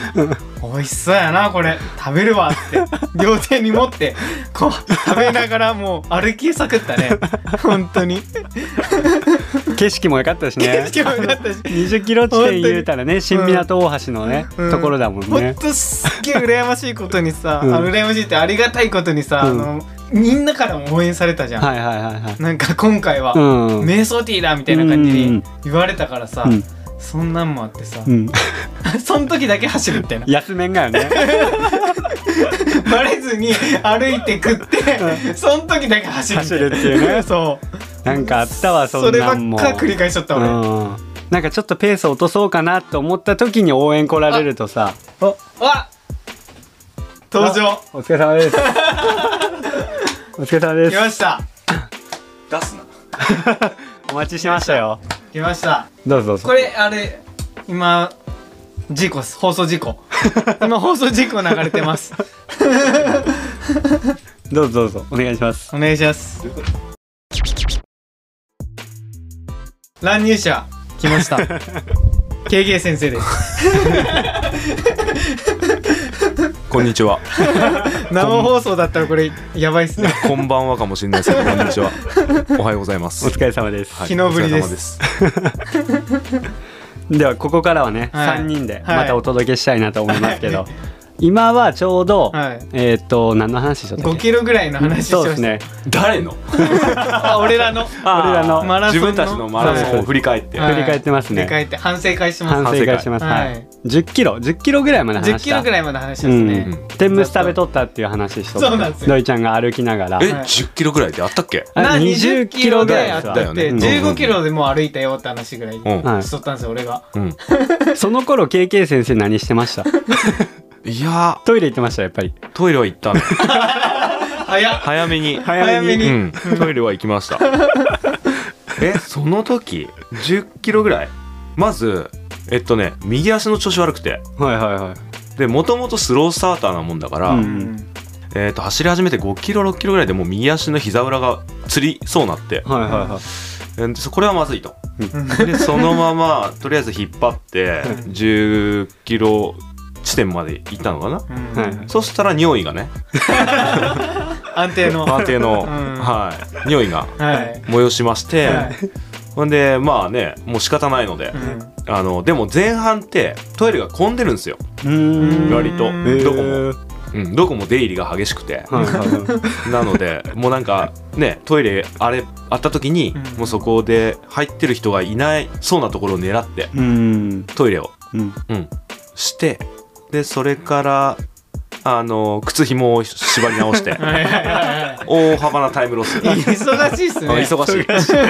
Speaker 1: 美味しそうやなこれ食べるわって両手に持ってこう食べながらもう歩きさくったね本当に
Speaker 2: 景色も良かったしね
Speaker 1: 景色も良かったし
Speaker 2: 20キロ地点言うたらね新港大橋のね、
Speaker 1: うん
Speaker 2: ところだもん
Speaker 1: ほん
Speaker 2: ね、
Speaker 1: とすっげえ羨ましいことにさ、
Speaker 2: [LAUGHS] うん
Speaker 1: あの羨ましいってありがたいことにさ、
Speaker 2: うん
Speaker 1: あのみんなからも応援されたじゃん、
Speaker 2: はいはいはいはい
Speaker 1: なんか今回は、
Speaker 2: うん
Speaker 1: 瞑想ティーだみたいな感じ
Speaker 2: うんうんう
Speaker 1: に
Speaker 2: ん
Speaker 1: 言われたからさ、
Speaker 2: うん
Speaker 1: そんなんもあってさ
Speaker 2: うん
Speaker 1: そん時だけ走るみたいな
Speaker 2: 安めんが
Speaker 1: [LAUGHS]
Speaker 2: よね
Speaker 1: バレずに歩いて食ってそん時だけ走るみたいな
Speaker 2: 走るっていうね
Speaker 1: そう
Speaker 2: なんかあったわそ
Speaker 1: そ
Speaker 2: ん
Speaker 1: れば
Speaker 2: な
Speaker 1: っ
Speaker 2: んも
Speaker 1: か繰り返しちゃった俺、あ
Speaker 2: うんなんかちょっとペース落とそうかなと思った時に応援来られるとさ
Speaker 1: 登場
Speaker 2: お疲れ様
Speaker 1: [LAUGHS]
Speaker 2: ですお疲れ様で
Speaker 1: 来ますした
Speaker 3: 出すな
Speaker 2: お待ちしてましたよ
Speaker 1: 来ました
Speaker 2: どうぞどうぞ
Speaker 1: これあれ今事故っす放送事故今放送事故流れてます
Speaker 2: どうぞどうぞお願いします
Speaker 1: お願いします乱入者来ました KK 先生です
Speaker 3: こんにちは
Speaker 1: 生放送だったらこれやばいっ
Speaker 3: [LAUGHS]
Speaker 1: すね
Speaker 3: こんばんはかもしれないですけどこんにちはおはようございます
Speaker 2: お疲れ様です、
Speaker 3: はい
Speaker 1: 昨日ぶりです
Speaker 3: お疲れ様です
Speaker 2: ではここからはね、
Speaker 1: はい
Speaker 2: 3人で
Speaker 1: はい
Speaker 2: またお届けしたいなと思いますけど、
Speaker 1: はい
Speaker 2: 今はちょうど、
Speaker 1: はい
Speaker 2: えーっと何の話しよう
Speaker 1: 5キロぐらいの話し
Speaker 2: そう
Speaker 1: ま
Speaker 2: です
Speaker 1: した
Speaker 2: ね
Speaker 3: 誰の
Speaker 1: あ俺らの
Speaker 2: あー俺らの
Speaker 1: マラソンの
Speaker 3: 自分たちのマラソンを振り返って
Speaker 1: はい
Speaker 2: 振り返ってます
Speaker 1: 振り
Speaker 2: ね
Speaker 1: 返って反省会します
Speaker 2: 反省会します、は
Speaker 1: はいい
Speaker 2: 10キロ10キロぐらいまで
Speaker 1: 10
Speaker 2: 話し
Speaker 1: キ
Speaker 2: た
Speaker 1: ロぐらいまで話しますね、
Speaker 3: うん
Speaker 2: 天むす食べとったっていう話しとった
Speaker 1: そうなんですよ
Speaker 2: ロイちゃんが歩きながら
Speaker 3: え、
Speaker 1: はい
Speaker 3: 10キロぐらいであったっけ
Speaker 2: あ
Speaker 1: な20
Speaker 2: 20キ
Speaker 1: キ
Speaker 2: ロ
Speaker 1: ロ
Speaker 2: ぐ
Speaker 1: ぐ
Speaker 2: ら
Speaker 1: ら
Speaker 2: い
Speaker 1: い
Speaker 2: あ
Speaker 1: あっ
Speaker 2: っ
Speaker 1: たた
Speaker 2: よ
Speaker 1: っ
Speaker 3: ね
Speaker 1: て、
Speaker 3: うん
Speaker 1: 15キロでもう歩いたよって話ぐらい
Speaker 3: うん、
Speaker 2: はい
Speaker 1: しとったんですよ俺が
Speaker 3: うん、
Speaker 2: その頃 KK 先生何して
Speaker 1: [LAUGHS]
Speaker 2: ました
Speaker 3: いや
Speaker 2: トイレ行ってましたやっぱり
Speaker 3: ートイレは行ったの
Speaker 1: [LAUGHS] 早っ
Speaker 3: 早めに
Speaker 1: 早めに
Speaker 3: うん、トイレは行きました
Speaker 1: [LAUGHS]
Speaker 3: えその時10キロぐらいまずえっとね右足の調子悪くて
Speaker 2: はいはいはい
Speaker 3: でもともとスロースターターなもんだから、
Speaker 1: う
Speaker 2: う
Speaker 1: んん
Speaker 3: えー、と走り始めて5キロ6キロぐらいでもう右足の膝裏がつりそうなって、
Speaker 2: はいはいは
Speaker 3: えーそこれはまずいと
Speaker 1: うん
Speaker 3: でその
Speaker 1: [LAUGHS]
Speaker 3: ままとりあえず引っ張って10キロ地点まで行ったのかな
Speaker 1: うん
Speaker 2: はい
Speaker 3: そしたら尿意
Speaker 1: [LAUGHS]
Speaker 3: がね
Speaker 1: 安定の
Speaker 3: 安定の、
Speaker 1: うん
Speaker 3: はい、尿意が
Speaker 1: はい
Speaker 3: 催しまして、
Speaker 1: はい
Speaker 3: ほんでまあねもう仕方ないので、
Speaker 1: うん
Speaker 3: あのでも前半ってトイレが混んでるんですよ、
Speaker 2: いうん
Speaker 3: 割と
Speaker 1: うん
Speaker 3: どこも
Speaker 2: えー
Speaker 3: うん、どこも出入りが激しくて、
Speaker 2: はいはいはい
Speaker 3: なのでもうなんかねトイレあれあった時に、
Speaker 1: うん
Speaker 3: もうそこで入ってる人がいないそうなところを狙って
Speaker 2: うん
Speaker 3: トイレを、
Speaker 2: うん
Speaker 3: うん、してでそれからあの靴紐を縛り直して
Speaker 1: [LAUGHS] はいはいはいは
Speaker 3: 大幅なタイムロス
Speaker 1: い忙しいっすね
Speaker 3: あ忙しいですね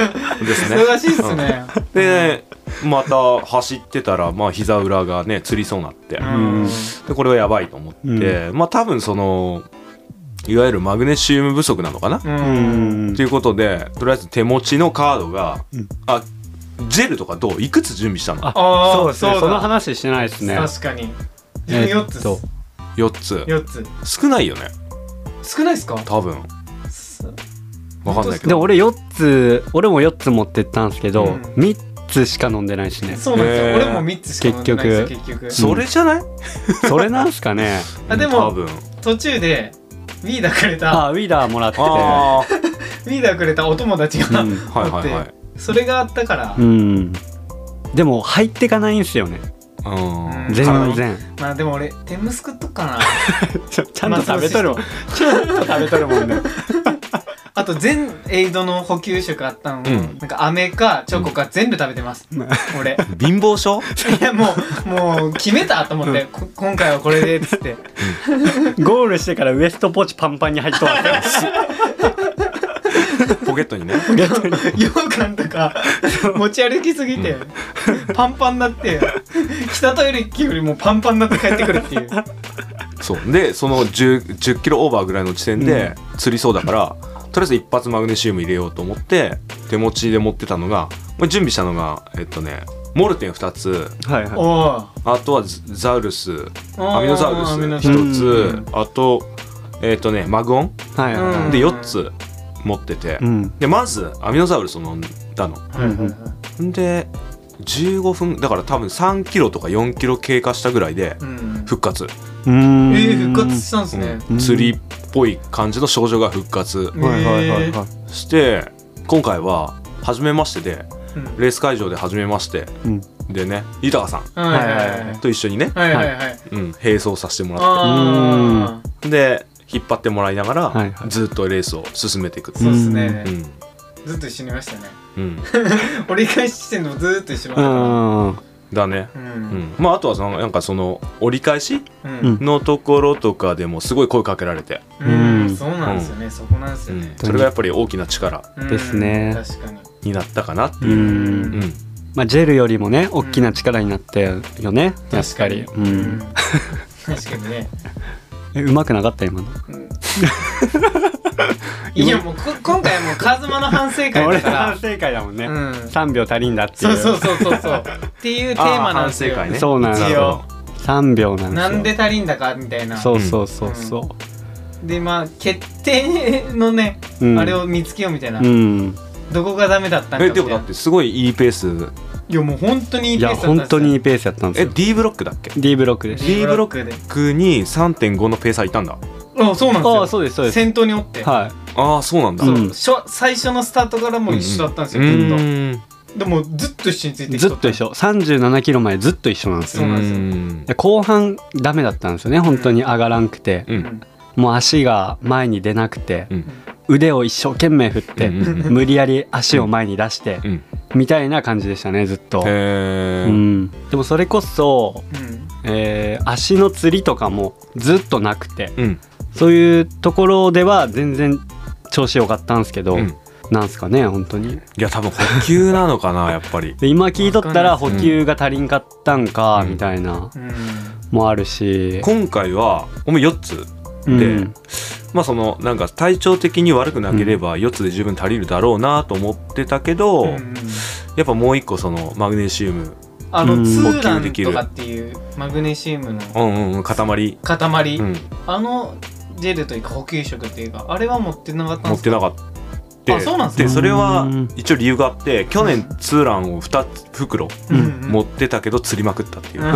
Speaker 1: 忙しいっすね
Speaker 3: でまた走ってたらまあ膝裏がねつりそうになって、
Speaker 1: うん
Speaker 3: でこれはやばいと思って、まあ多分そのいわゆるマグネシウム不足なのかな、
Speaker 1: う
Speaker 2: うんん
Speaker 3: ということでとりあえず手持ちのカードが、
Speaker 2: うん
Speaker 3: あジェルとかどういくつ準備したの
Speaker 2: あ
Speaker 1: あー
Speaker 2: そうです
Speaker 1: そ
Speaker 2: ね
Speaker 1: うだ
Speaker 2: その話してないですね
Speaker 1: 確かに自分4つっす
Speaker 2: えっと
Speaker 3: 4つ
Speaker 1: 四つ
Speaker 3: 少ないよね
Speaker 1: 少ないっすか
Speaker 3: 多分わかんないけ
Speaker 2: で
Speaker 3: ど
Speaker 2: も俺4つ俺も4つ持ってったんですけど、
Speaker 1: うん
Speaker 2: 3つしか飲んでないしね
Speaker 1: そうなんです
Speaker 3: へ
Speaker 1: よ
Speaker 3: ー
Speaker 1: 俺も3つしか飲んでないですよ結局
Speaker 2: う
Speaker 3: それじゃない、
Speaker 2: それなんすかね
Speaker 1: あで
Speaker 3: 多
Speaker 1: も
Speaker 3: 分
Speaker 1: 途中でリーダーくれた
Speaker 2: [LAUGHS] あウィーダーもらってて
Speaker 3: ああ [LAUGHS]
Speaker 1: リーダーくれたお友達が
Speaker 2: うん
Speaker 3: はいはいはい
Speaker 1: それがあったから
Speaker 2: うんでも入ってかないんすよね
Speaker 3: うん
Speaker 1: うん
Speaker 2: 全
Speaker 1: 体
Speaker 2: 然
Speaker 1: まあでも俺天むすくっとくかな
Speaker 2: [LAUGHS] ちょちゃんと食べと [LAUGHS] るもん、ちゃんと食べとるもんね
Speaker 1: あと全エイドの補給食あったの、
Speaker 3: ん
Speaker 1: なんか飴かチョコか全部食べてます、俺
Speaker 3: 貧乏症
Speaker 1: いやもうもう決めたと思って、こ今回はこれでっつって
Speaker 2: ゴールしてからウエストポーチパンパンに入っとる
Speaker 3: [LAUGHS]
Speaker 2: [LAUGHS]
Speaker 3: ポケットにね
Speaker 1: [LAUGHS] 羊羹とか持ち歩きすぎて、パンパンになって北トイレ行きよりもパンパンになって帰ってくる [LAUGHS] っていう
Speaker 3: [LAUGHS] そうでその 10, 10キロオーバーぐらいの地点で釣りそうだから、とりあえず一発マグネシウム入れようと思って手持ちで持ってたのがこれ準備したのがえっとねモルテン2つ
Speaker 2: はいはい
Speaker 1: おー
Speaker 3: あとはザザウルス
Speaker 1: おー
Speaker 3: アミノサウル
Speaker 1: アミノ
Speaker 3: ス
Speaker 1: サウルス
Speaker 3: 1つあとえっ、とねマグオン
Speaker 2: はいはいはい
Speaker 1: ん
Speaker 3: で4つ持ってて、
Speaker 2: うん
Speaker 3: でまずアミノサウルスを飲んだの
Speaker 1: はいはいはい
Speaker 3: んで15分だから多分3キロとか4キロ経過したぐらいで
Speaker 1: うん
Speaker 3: 復活、
Speaker 2: うーん
Speaker 1: えー、復活したんですね、
Speaker 2: うん
Speaker 3: 釣りっぽい感じの症状が復活
Speaker 2: はいはいはい
Speaker 1: え
Speaker 2: はい
Speaker 1: ー
Speaker 3: して今回は初めましてで
Speaker 1: うん
Speaker 3: レース会場で初めまして
Speaker 2: うん
Speaker 3: でね豊さん
Speaker 1: はいはいはい
Speaker 3: と一緒にね、
Speaker 1: はいはいはい
Speaker 3: うん、並走させてもらっ
Speaker 1: ああ
Speaker 3: てで引っ張ってもらいながら、
Speaker 2: はいはい
Speaker 3: ずっとレースを進めていく
Speaker 1: そうですね
Speaker 3: う、ん
Speaker 1: ずっと一緒にいましたね
Speaker 3: うん
Speaker 1: 折り返し地点でもずっと一緒にいました
Speaker 2: う
Speaker 3: だね、
Speaker 1: う
Speaker 3: うんん、まああとはそのなんかその折り返し
Speaker 1: う
Speaker 2: うんん
Speaker 3: のところとかでもすごい声かけられて、
Speaker 1: うん
Speaker 2: うん
Speaker 1: そうなんですよねそこなんです
Speaker 3: う
Speaker 1: よ
Speaker 3: ん
Speaker 1: ね、
Speaker 3: それがやっぱり大きな力
Speaker 1: うん
Speaker 2: ですね
Speaker 1: 確かに
Speaker 3: になったかなって
Speaker 2: う
Speaker 3: い
Speaker 1: う
Speaker 3: う、
Speaker 1: ん
Speaker 3: うん
Speaker 2: まあジェルよりもね大きな力になってよねやっ
Speaker 1: 確
Speaker 2: ぱ
Speaker 1: か
Speaker 2: り
Speaker 1: に
Speaker 2: う
Speaker 1: うん
Speaker 2: ん
Speaker 1: 確かにね
Speaker 2: えうまくなかった今の
Speaker 1: うんいやもうこ今回はもうカズマの反省会だ
Speaker 2: 俺
Speaker 1: か
Speaker 2: の
Speaker 1: ら
Speaker 2: 反省会だもんね、
Speaker 1: うん
Speaker 2: 3秒足りんだってい
Speaker 1: そう
Speaker 2: う
Speaker 1: そうそうそうそうっていうテーマなんですよ
Speaker 3: あー反省会ね
Speaker 2: そうなんです
Speaker 1: 一応
Speaker 2: よ3秒なんですよ
Speaker 1: なんで足りんだかみたいな
Speaker 2: そうそうそうそう、
Speaker 1: でまあ決定のね、
Speaker 2: うん
Speaker 1: あれを見つけようみたいな、
Speaker 2: うん、
Speaker 1: どこがダメだったんか
Speaker 3: え
Speaker 1: みた
Speaker 3: で
Speaker 1: い
Speaker 3: もだ
Speaker 1: な
Speaker 3: ってすごいいいペース
Speaker 1: いやもう本当にいい
Speaker 2: い
Speaker 1: ペー
Speaker 2: や
Speaker 1: スだったんですよ
Speaker 2: 本当にいいペースやったんです
Speaker 3: え
Speaker 2: よ
Speaker 3: D ブロックだっけ
Speaker 2: D ブロックです
Speaker 1: D ブロックで
Speaker 3: に3.5のペーサーいたんだ
Speaker 1: あそうなんですよ
Speaker 2: ああそうですそうです
Speaker 1: 先頭におって、
Speaker 2: は
Speaker 3: ああそうなんだ
Speaker 1: そううん初最初のスタートからもう一緒だったんですよ、
Speaker 3: う
Speaker 1: ずっと
Speaker 3: ん
Speaker 1: でもずっと一緒について
Speaker 2: い
Speaker 1: きと
Speaker 2: ずっと一緒37キロ前ずっと一緒なんです
Speaker 1: そう
Speaker 2: よ
Speaker 1: なんですよ
Speaker 3: ん
Speaker 2: で後半ダメだったんですよね本当に上がらんくて、
Speaker 3: う
Speaker 1: うんん
Speaker 2: もう足が前に出なくて、
Speaker 3: うん
Speaker 2: 腕を一生懸命振って、
Speaker 3: うんうん
Speaker 1: う
Speaker 2: 無理やり足を前に出して、
Speaker 3: うん
Speaker 2: みたいな感じでしたねずっと、
Speaker 3: へ
Speaker 2: う
Speaker 3: え
Speaker 2: ん、でもそれこそ、
Speaker 1: うん
Speaker 2: えー足のつりとかもずっとなくて
Speaker 3: うん
Speaker 2: そういうところでは全然調子良かったんですけど、
Speaker 3: うん
Speaker 2: なんすかね本当に
Speaker 3: いや多分補給なのかな [LAUGHS] やっぱり
Speaker 2: で今聞いとったら
Speaker 1: わか
Speaker 2: 補
Speaker 3: んないっす
Speaker 2: 給が足りんかったんか、
Speaker 3: うん
Speaker 2: みたいな
Speaker 1: うん
Speaker 2: もあるし、
Speaker 3: 今回はお前4つ
Speaker 2: うん
Speaker 3: でまあそのなんか体調的に悪くなければ4つで十分足りるだろうなと思ってたけど、
Speaker 1: うん
Speaker 3: やっぱもう1個そのマグネシウム、
Speaker 1: あの、
Speaker 2: うん
Speaker 1: ツーラ
Speaker 3: 補給で
Speaker 1: ン
Speaker 3: き
Speaker 1: と
Speaker 3: る
Speaker 1: かっていうマグネシウムの
Speaker 3: うんうん、塊、
Speaker 1: 塊、
Speaker 3: うん、
Speaker 1: あのジェルというか補給食っていうかあれは持ってなかったんで
Speaker 3: 持っ
Speaker 1: す
Speaker 3: て
Speaker 1: か
Speaker 3: なかった。
Speaker 1: あそうなんすか
Speaker 3: でそれは
Speaker 2: うん
Speaker 3: 一応理由があって去年ツーランを2袋
Speaker 2: うん
Speaker 3: 持ってたけど釣りまくったっていう。で
Speaker 1: あー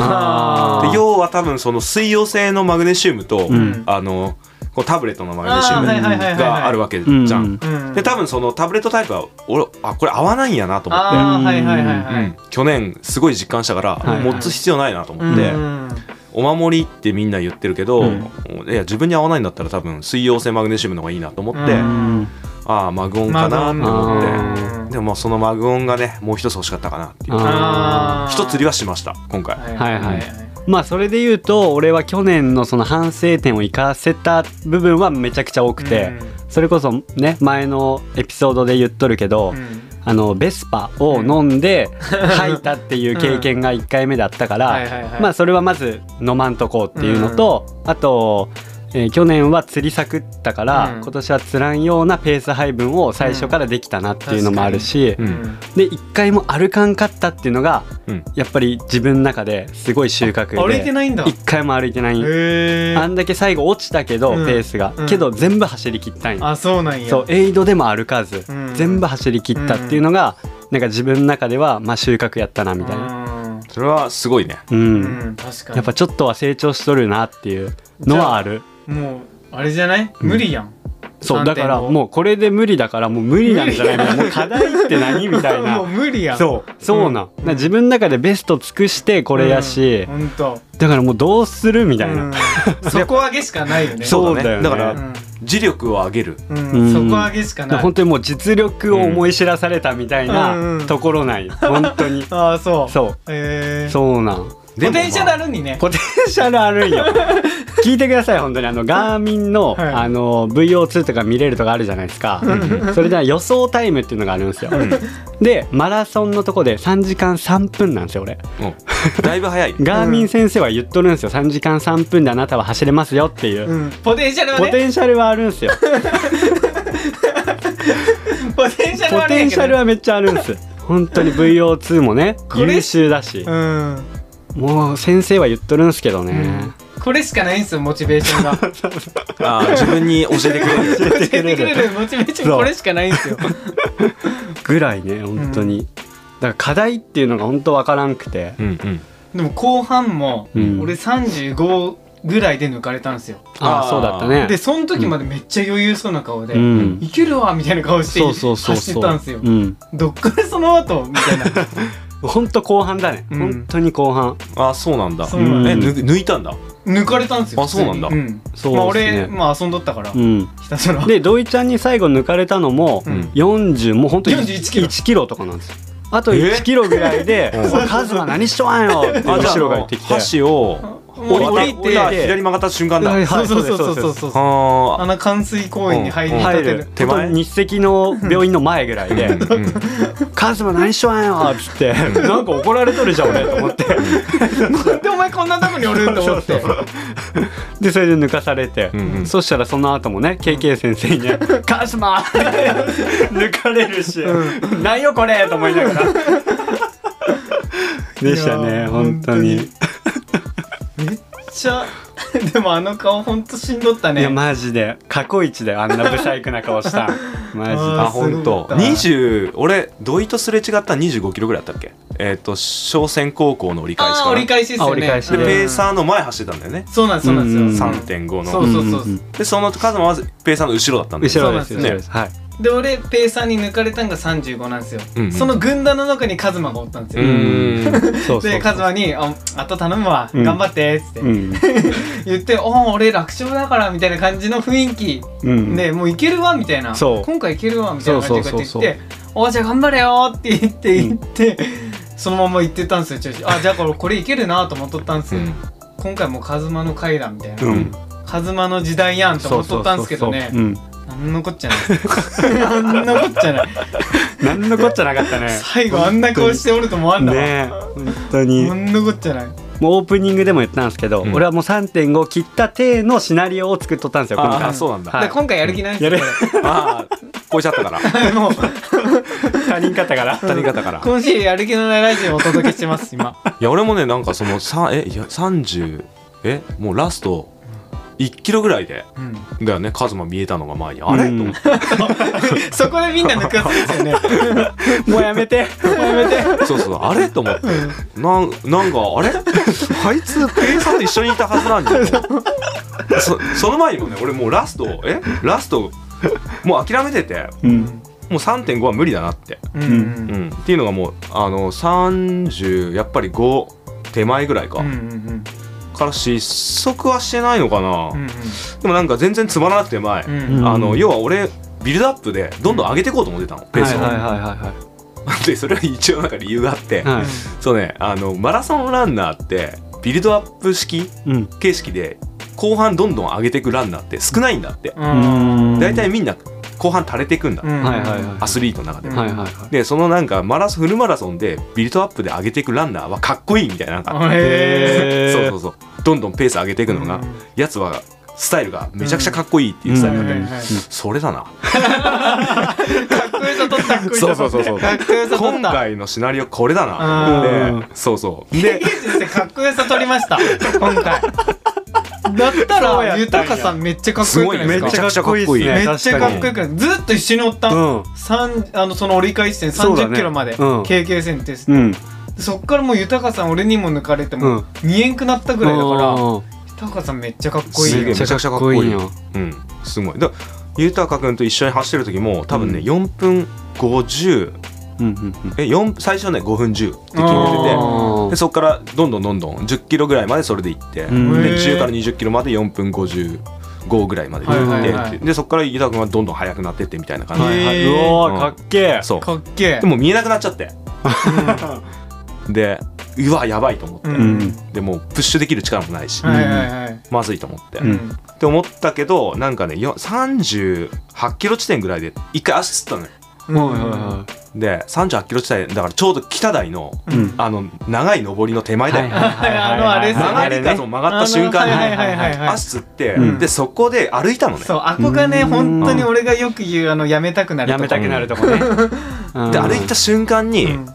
Speaker 2: あー
Speaker 3: 要は多分その水溶性のマグネシウムと、
Speaker 2: うん
Speaker 3: あのこうタブレットのマグネシウム
Speaker 2: あーはいはい
Speaker 1: はいはい
Speaker 3: があるわけじ
Speaker 2: う
Speaker 3: ゃん。
Speaker 2: ん
Speaker 1: うん
Speaker 3: で多分そのタブレットタイプは俺あこれ合わないんやなと思って。
Speaker 1: ああはいはいはい
Speaker 3: うん去年すごい実感したから、
Speaker 2: はい
Speaker 3: 持つ必要ないなと思
Speaker 1: は
Speaker 3: っ
Speaker 1: い
Speaker 3: て、
Speaker 1: うん
Speaker 3: お守りってみんな言ってるけど、
Speaker 2: うん
Speaker 3: いや自分に合わないんだったら多分水溶性マグネシウムの方がいいなと思って、
Speaker 1: うん
Speaker 2: うん
Speaker 3: ああマグオンかなと思
Speaker 2: マグオ
Speaker 3: っ
Speaker 2: ン
Speaker 3: てでもまあそのマグオンがねもう一つ欲しかったかなっていう
Speaker 2: あ
Speaker 1: あー
Speaker 3: 一つ釣りはしました今回、
Speaker 1: はい
Speaker 2: はいはいまあそれで言うと俺は去年のその反省点を生かせた部分はめちゃくちゃ多くて、それこそね前のエピソードで言っとるけど、
Speaker 1: うんうん
Speaker 2: あのベスパを飲んで吐いたっていう経験が1回目だったから、
Speaker 1: はいはいはい
Speaker 2: まあそれはまず飲まんとこうっていうのと、あと、えー去年は釣りさくったから、
Speaker 1: うん
Speaker 2: 今年は釣らんようなペース配分を最初からできたなっていうのもあるし、
Speaker 3: うん
Speaker 2: で1回も歩かんかったっていうのが、
Speaker 3: うん
Speaker 2: やっぱり自分の中ですごい収穫
Speaker 1: 歩いて
Speaker 2: で
Speaker 1: ないんだへ
Speaker 2: 1回も歩いてない、
Speaker 1: え
Speaker 2: あんだけ最後落ちたけど、
Speaker 1: うん
Speaker 2: ペースが、
Speaker 1: うん
Speaker 2: けど全部走り切ったんや
Speaker 1: あそうなんや
Speaker 2: そうエイドでも歩かず、
Speaker 1: うん
Speaker 2: 全部走り切ったっていうのが、なんか自分の中では、まあ、収穫やったなみたいな、
Speaker 1: うん
Speaker 3: それはすごいね
Speaker 2: うん
Speaker 1: うん確かに
Speaker 2: やっぱちょっとは成長しとるなっていうのはある
Speaker 1: もうあれじゃない無理やん
Speaker 2: そう
Speaker 1: 3.5
Speaker 2: だからもうこれで無理だからもう無理なんじゃない
Speaker 1: 無理
Speaker 2: もう課題って何みたい
Speaker 1: [LAUGHS] もう
Speaker 2: な
Speaker 1: 無理やん
Speaker 2: そうそうなん、だから自分の中でベスト尽くしてこれやし、
Speaker 1: ほんと
Speaker 2: だからもうどうするみたいな、
Speaker 1: うん底上げしかないよね
Speaker 2: そうだよね
Speaker 3: だから、
Speaker 1: うん
Speaker 3: 磁力を上げる
Speaker 1: うん底上げしか
Speaker 2: だから
Speaker 1: ない
Speaker 2: 本当にもう実力を思い知らされたみたい
Speaker 1: うん
Speaker 2: なところない、本当
Speaker 1: [LAUGHS]
Speaker 2: に
Speaker 1: ああそう
Speaker 2: そ
Speaker 1: へ
Speaker 2: う
Speaker 1: え
Speaker 2: そうなん
Speaker 1: ポテンシャルあるにね
Speaker 2: ポテンシャルある
Speaker 1: [LAUGHS]
Speaker 2: んよ聞いてください本当にあのガーミンの,、
Speaker 1: はい
Speaker 2: あの VO2 とか見れるとかあるじゃないですかそれでは予想タイムっていうのがあるんですよ、でマラソンのとこで3時間3分なんですよ俺
Speaker 3: うん [LAUGHS] だい
Speaker 2: [LAUGHS]
Speaker 3: ぶ早い
Speaker 2: ガーミン先生は言っとるんですよ3時間3分であなたは走れますよっていう、
Speaker 1: うんポテンシャルは
Speaker 2: ポ
Speaker 1: ね
Speaker 2: テンシャルはある
Speaker 1: [LAUGHS]
Speaker 2: んですよ
Speaker 1: ポテンシャルはあ
Speaker 2: ポ
Speaker 1: るん
Speaker 2: テ
Speaker 1: や
Speaker 2: ン
Speaker 1: け
Speaker 2: シ
Speaker 1: ど
Speaker 2: ャルはめっちゃあるんです本当に VO2 もね
Speaker 1: これ
Speaker 2: 優秀だし
Speaker 1: うん
Speaker 2: もう先生は言っとるんですけどね、
Speaker 1: これしかないんですよモチベーションが教
Speaker 3: あー自分に教えてくれる
Speaker 1: えてくれるモチベーションこれしかないんですよ
Speaker 2: ぐらいね本当に、だから課題っていうのが本当わからんくて、
Speaker 3: [LAUGHS] うんうん
Speaker 1: でも後半も
Speaker 2: うん
Speaker 1: 俺35ぐらいで抜かれたんですよ
Speaker 2: あ
Speaker 3: あー
Speaker 2: あそうだったね
Speaker 1: でその時までめっちゃ余裕そうな顔で
Speaker 2: うん
Speaker 1: いけるわみたいな顔して
Speaker 2: そうそうそう
Speaker 1: 走っ
Speaker 2: そう
Speaker 1: てたんですよ
Speaker 2: うん、
Speaker 1: どっからその後みたいな
Speaker 2: ほんと後半だね、
Speaker 1: うん
Speaker 2: ほんとに後半
Speaker 3: あーそうなんだ
Speaker 1: そうなん
Speaker 2: だ
Speaker 3: えぬ抜いたんだ
Speaker 1: 抜かれたんですよ
Speaker 3: あそうなんだ
Speaker 1: 普通に
Speaker 2: そう
Speaker 1: まあ
Speaker 2: ですね
Speaker 1: 俺まあ遊んどったから
Speaker 2: うん
Speaker 1: ひたすら
Speaker 2: で土井ちゃんに最後抜かれたのも
Speaker 1: うん
Speaker 2: 40もうほんと
Speaker 1: 41キロ
Speaker 2: 1キロとかなんですよあと1キロぐらいで
Speaker 3: え
Speaker 2: 「 [LAUGHS] おいカズマ何しとんよ」って
Speaker 3: あじゃあ
Speaker 2: 後ろが言ってきて
Speaker 3: 箸を
Speaker 1: もう
Speaker 2: 降
Speaker 1: 降
Speaker 2: り
Speaker 1: り
Speaker 2: て
Speaker 1: て
Speaker 3: た左曲がった瞬間だ、
Speaker 2: はい
Speaker 1: そうそうそうそうそうそう
Speaker 3: あ
Speaker 1: あの冠水公園に入り立
Speaker 2: 入
Speaker 1: て
Speaker 2: る
Speaker 1: る
Speaker 3: 手前
Speaker 2: ほんと日赤の病院の前ぐらいで
Speaker 3: ー、うんう
Speaker 2: 「
Speaker 3: ん
Speaker 2: カズマ何しとんよ」っつってなんか怒られとるじゃん俺と思って
Speaker 1: なんでお前こんなとこにおるんと思
Speaker 2: [LAUGHS]
Speaker 1: って
Speaker 2: でそれで抜かされて、
Speaker 3: うんうん
Speaker 2: そしたらその後もね KK 先生
Speaker 1: [LAUGHS]
Speaker 2: にね「カズマ!」 [LAUGHS] 抜かれるし「な、んよこれ!」と思いなが
Speaker 1: [LAUGHS]
Speaker 2: ら。でした
Speaker 1: い
Speaker 2: ね
Speaker 1: やー
Speaker 2: 本当に
Speaker 1: 本めっちゃでもあの顔ほんとしんどった
Speaker 2: いや
Speaker 1: ね
Speaker 2: マジで過去一であんなブサイクな顔し
Speaker 1: [LAUGHS]
Speaker 2: た
Speaker 3: あ
Speaker 2: マ
Speaker 1: あすごい
Speaker 3: 本当。
Speaker 1: はい
Speaker 3: 20俺土井とすれ違った25キロぐらいあったっけえっ、と商船高校の折り返し
Speaker 1: あ
Speaker 3: か
Speaker 1: あ
Speaker 3: な
Speaker 1: 折り返しですよね
Speaker 2: あ折り返し
Speaker 3: で
Speaker 1: うん
Speaker 3: ペーサーの前走ってたんだよね、
Speaker 1: そうなんですそうなん
Speaker 2: うん
Speaker 1: ですよ
Speaker 3: 3.5
Speaker 1: そう
Speaker 3: の
Speaker 2: ジで
Speaker 1: そうそうそう
Speaker 2: うんうん
Speaker 3: でその数もまずペーサーの後ろだったん
Speaker 2: うん
Speaker 3: だよね
Speaker 2: 後ろです
Speaker 1: そう
Speaker 2: 後
Speaker 1: なん
Speaker 2: ろ
Speaker 3: で
Speaker 2: ですはい
Speaker 1: で俺ペイさんに抜かれたんが35なんですよ、
Speaker 3: うんうん
Speaker 1: その軍団の中にカズマがおったんです
Speaker 3: う
Speaker 1: よ、
Speaker 3: ーん
Speaker 2: そうそう
Speaker 1: でカズマにあ「あと頼むわ、
Speaker 2: うん
Speaker 1: 頑張って」っつって、
Speaker 2: うん
Speaker 1: 言って「ああ俺楽勝だから」みたいな感じの雰囲気
Speaker 2: うん
Speaker 1: で、もういけるわみたいな
Speaker 2: そう
Speaker 1: 今回いけるわみたいな感じでこうやって
Speaker 2: そうそうそうそう
Speaker 1: 言って「おーじゃあ頑張れよ」って言って言って、そのまま行ってたんですよ調子あじゃあこれこれいけるなと思っとったんですよ、今回もうカズマの回だみたいな、
Speaker 2: うん
Speaker 1: カズマの時代やんと
Speaker 2: そ
Speaker 1: 思
Speaker 2: う
Speaker 1: っ
Speaker 2: そ
Speaker 1: と
Speaker 2: う
Speaker 1: ったん
Speaker 2: そ
Speaker 1: で
Speaker 2: う
Speaker 1: すけ
Speaker 2: そ
Speaker 1: ど
Speaker 2: う
Speaker 1: ね
Speaker 2: うん
Speaker 1: なんのこっちゃないなんのこっちゃない
Speaker 2: 何のこっちゃなかったね
Speaker 1: 最後あんな顔しておると思わんだわ、
Speaker 2: ね本当に
Speaker 1: なんのこっちゃない
Speaker 2: もうオープニングでも言ったんですけど、
Speaker 3: うん
Speaker 2: 俺はもう3.5切った体のシナリオを作っとったんですよ今
Speaker 3: あ
Speaker 2: 回
Speaker 3: あそうなんだ、
Speaker 2: はい
Speaker 1: だから今回やる気ないんですよ
Speaker 2: や
Speaker 1: [LAUGHS]
Speaker 3: ああ超えちゃったから
Speaker 1: これもう
Speaker 2: 他人方 [LAUGHS] から
Speaker 3: 他人方から
Speaker 1: 今週やる気のないラジオをお届けしてます今
Speaker 3: いや俺もねなんかそのさえいや30えもうラスト1キロぐらいで
Speaker 1: うん
Speaker 3: だよねカズマ見えたのが前にあ
Speaker 2: う
Speaker 3: れ、
Speaker 2: ん
Speaker 1: そこでみんな抜かすんですよね
Speaker 2: もうやめてもうやめて
Speaker 3: そうそうあれと思ってなんなんかあれあいつペイさんと一緒にいたはずなんだよそその前にもね俺もうラストえラストもう諦めてて
Speaker 2: うん
Speaker 3: もう3.5は無理だなって、
Speaker 1: うん、
Speaker 3: うんっていうのがもうあの30やっぱり5手前ぐらいか、
Speaker 1: うんうん
Speaker 3: から失速はしてないのかな、
Speaker 1: うん
Speaker 3: でもなんか全然つまらなくて前、
Speaker 1: うん
Speaker 2: うん
Speaker 1: うん
Speaker 3: あの要は俺ビルドアップでどんどん上げていこうと思ってたのペースを、
Speaker 2: はいはいはいはいは
Speaker 3: でそれは一応なんか理由があって、
Speaker 2: いはい
Speaker 3: そうねあのマラソンランナーってビルドアップ式
Speaker 2: うん
Speaker 3: 形式で後半どんどん上げていくランナーって少ないんだって
Speaker 1: うんうん
Speaker 3: 大体、みんな後半垂れていくんだ、
Speaker 1: うん
Speaker 2: はいはいはい
Speaker 3: アスリートの中でも、
Speaker 2: はいはいはい
Speaker 3: でそのなんかマラソンフルマラソンでビルドアップで上げていくランナーはかっこいいみたいななんか、
Speaker 1: へ
Speaker 2: へー
Speaker 3: そうそうそうどんどんペース上げていくのが、
Speaker 1: うん
Speaker 3: やつはスタイルがめちゃくちゃかっこいいっていうスタイルだった、
Speaker 1: うん
Speaker 3: それだな
Speaker 1: かっこよさ取ったかっこよさ取った
Speaker 3: そうそうそうそう
Speaker 1: かっこよさ取
Speaker 3: 今
Speaker 1: った
Speaker 3: 回のシナリオこれだな
Speaker 2: う
Speaker 3: でそうそう
Speaker 1: で、先生かっこよさ取りました今回だった
Speaker 2: そうやったんや
Speaker 1: ら豊さんめっちゃかっこよくないです
Speaker 3: すごいめ
Speaker 1: か
Speaker 3: っちゃかっこいいっすね
Speaker 1: めっちゃかっこよ
Speaker 2: く
Speaker 1: くないずっと一緒におった、
Speaker 2: うん
Speaker 1: 三あのその折り返し線
Speaker 2: そうだ
Speaker 1: 3
Speaker 2: ね
Speaker 1: 0キロまで、
Speaker 2: うん
Speaker 1: 経験線です、
Speaker 2: うん
Speaker 1: そっからもう豊さん俺にも抜かれても
Speaker 2: うん
Speaker 1: 見えんくなったぐらいだから
Speaker 2: うん
Speaker 1: 豊さんめっちゃかっこいい
Speaker 3: すげえ
Speaker 1: よ
Speaker 3: めちゃくちゃかっこいい
Speaker 2: めちゃ
Speaker 3: よ
Speaker 2: かっ
Speaker 3: うんすごいだゆうたかくんと一緒に走ってる時も多分ね4分50
Speaker 2: うんうんうん
Speaker 3: え4最初ね5分10って
Speaker 1: あ
Speaker 3: 決めて
Speaker 1: ー
Speaker 3: てでそこからどんどんどんどん1 0キロぐらいまでそれで行って、
Speaker 2: うん
Speaker 3: で
Speaker 1: へー
Speaker 3: 10から2 0キロまで4分55ぐらいまで行って、
Speaker 2: はいはい
Speaker 1: はい
Speaker 3: でそこからゆうたくんはどんどん速くなってってみたいな感じ、
Speaker 2: はいはい
Speaker 1: へー
Speaker 2: うおーかっけえ
Speaker 3: そう
Speaker 1: かっけえ
Speaker 3: でも見えなくなっちゃってでうわやばいと思って、
Speaker 1: うん
Speaker 2: うん
Speaker 3: でもうプッシュできる力もないし、
Speaker 1: はいはいはい
Speaker 3: まずいと思って、
Speaker 2: うん
Speaker 3: って思ったけどなんかねよ38キロ地点ぐらいで一回足つったのよ
Speaker 1: うん
Speaker 2: はいはいは
Speaker 3: で38キロ地点だからちょうど北台の
Speaker 2: いうん
Speaker 3: あの長い上りの手前だよ、
Speaker 1: はいあのあれですよね
Speaker 3: 曲がり角を曲がった瞬間に、
Speaker 1: あのはいはいはいはい
Speaker 3: 足つって、
Speaker 2: うん
Speaker 3: でそこで歩いたのね
Speaker 1: そうあこがね
Speaker 2: うん
Speaker 1: 本当に俺がよく言うあのやめたくなる
Speaker 2: や
Speaker 1: とこ
Speaker 2: めたくなるとこねうん
Speaker 3: で歩いた瞬間に、
Speaker 1: うん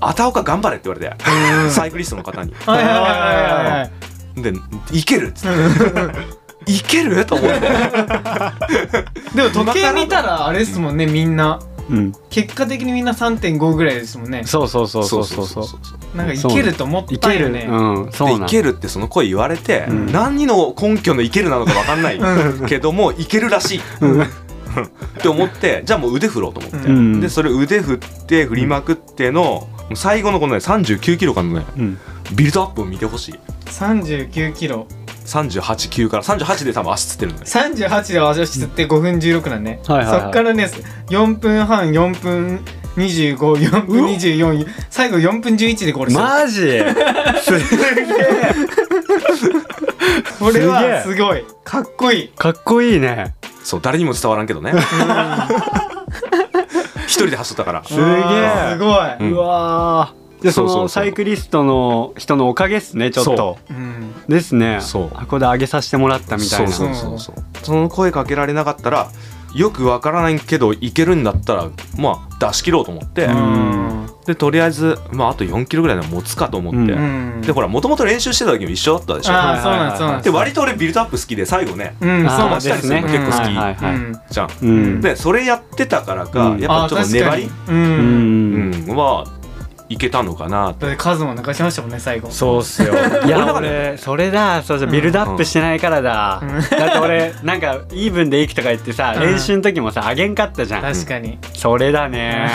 Speaker 3: あたおか頑張れって言われて、
Speaker 1: うん
Speaker 3: サイクリストの方に
Speaker 1: はいはいはいはいはい
Speaker 3: で「いける」っつって「いける?」と思って
Speaker 1: [LAUGHS] でも時計見たらあれですもんねみんな
Speaker 2: うん
Speaker 1: 結果的にみんな3.5ぐらいですもんね
Speaker 2: そうそうそうそうそうそう
Speaker 1: なんかいけると思っ
Speaker 2: い
Speaker 1: た
Speaker 2: け
Speaker 1: よ
Speaker 2: る
Speaker 1: ね
Speaker 2: うんそう
Speaker 3: で
Speaker 2: なん
Speaker 3: いけるってその声言われて、
Speaker 2: うん
Speaker 3: 何の根拠のいけるなのか分かんないけどもいけるらしいって思ってじゃあもう腕振ろうと思って、
Speaker 2: うん
Speaker 3: でそれ腕振って振りまくってのもう最後のこのね39キロ間のね
Speaker 2: うん
Speaker 3: ビルドアップを見てほしい
Speaker 1: 39キロ
Speaker 3: 38級から38で多分足つってるのね
Speaker 1: 38で足をつって5分16なんね、
Speaker 2: はいはいはい
Speaker 1: そっからね4分半4分254分24最後4分11でゴールした、
Speaker 2: マジすげえ
Speaker 1: これは
Speaker 2: す
Speaker 1: すごいかっこいい
Speaker 2: かっこいいね
Speaker 3: そう誰にも伝わらんけどね一人で走ったから
Speaker 2: すげ
Speaker 1: あー
Speaker 2: え
Speaker 1: すごい、
Speaker 3: うん
Speaker 2: うわーでそ
Speaker 3: そうそうそ
Speaker 2: の
Speaker 3: う
Speaker 2: サイクリストの人のおかげっすねちょっと
Speaker 3: そ
Speaker 1: うん、
Speaker 2: ですね
Speaker 3: そう
Speaker 2: 箱で上げさせてもらったみたいな
Speaker 3: そうそうそうそうその声かけられなかったらよくわからないけどいけるんだったらまあ出し切ろうと思って、
Speaker 2: ん
Speaker 3: でとりあえず、まあ、あと4キロぐらいで持つかと思って、
Speaker 2: うん
Speaker 1: うん
Speaker 3: でほらもともと練習してた時も一緒だったでしょ
Speaker 1: ああそうなんですそうなん
Speaker 3: で
Speaker 1: です
Speaker 3: 割と俺ビルドアップ好きで最後ね
Speaker 1: うんそう
Speaker 3: あ
Speaker 1: な
Speaker 3: ー
Speaker 1: ん
Speaker 3: し
Speaker 1: で
Speaker 3: たりするの結構好き
Speaker 2: はいはいはい
Speaker 1: うん
Speaker 3: じゃん、
Speaker 2: う
Speaker 1: うん
Speaker 2: ん
Speaker 3: でそれやってたからか、
Speaker 2: うん
Speaker 3: やっぱちょっと粘り
Speaker 1: あー、確かにう
Speaker 2: うん
Speaker 3: うんん、は、いけたのかな
Speaker 1: だってカズマ泣かしましたもんね最後
Speaker 2: そうっすよいや俺それだそうそうビルドアップしてないからだ、
Speaker 1: うん
Speaker 2: だって俺なんかイーブンでいくとか言ってさ、
Speaker 1: うん
Speaker 2: 練習の時もさあげんかったじゃん
Speaker 1: 確かに
Speaker 2: それ
Speaker 1: [LAUGHS]
Speaker 2: だね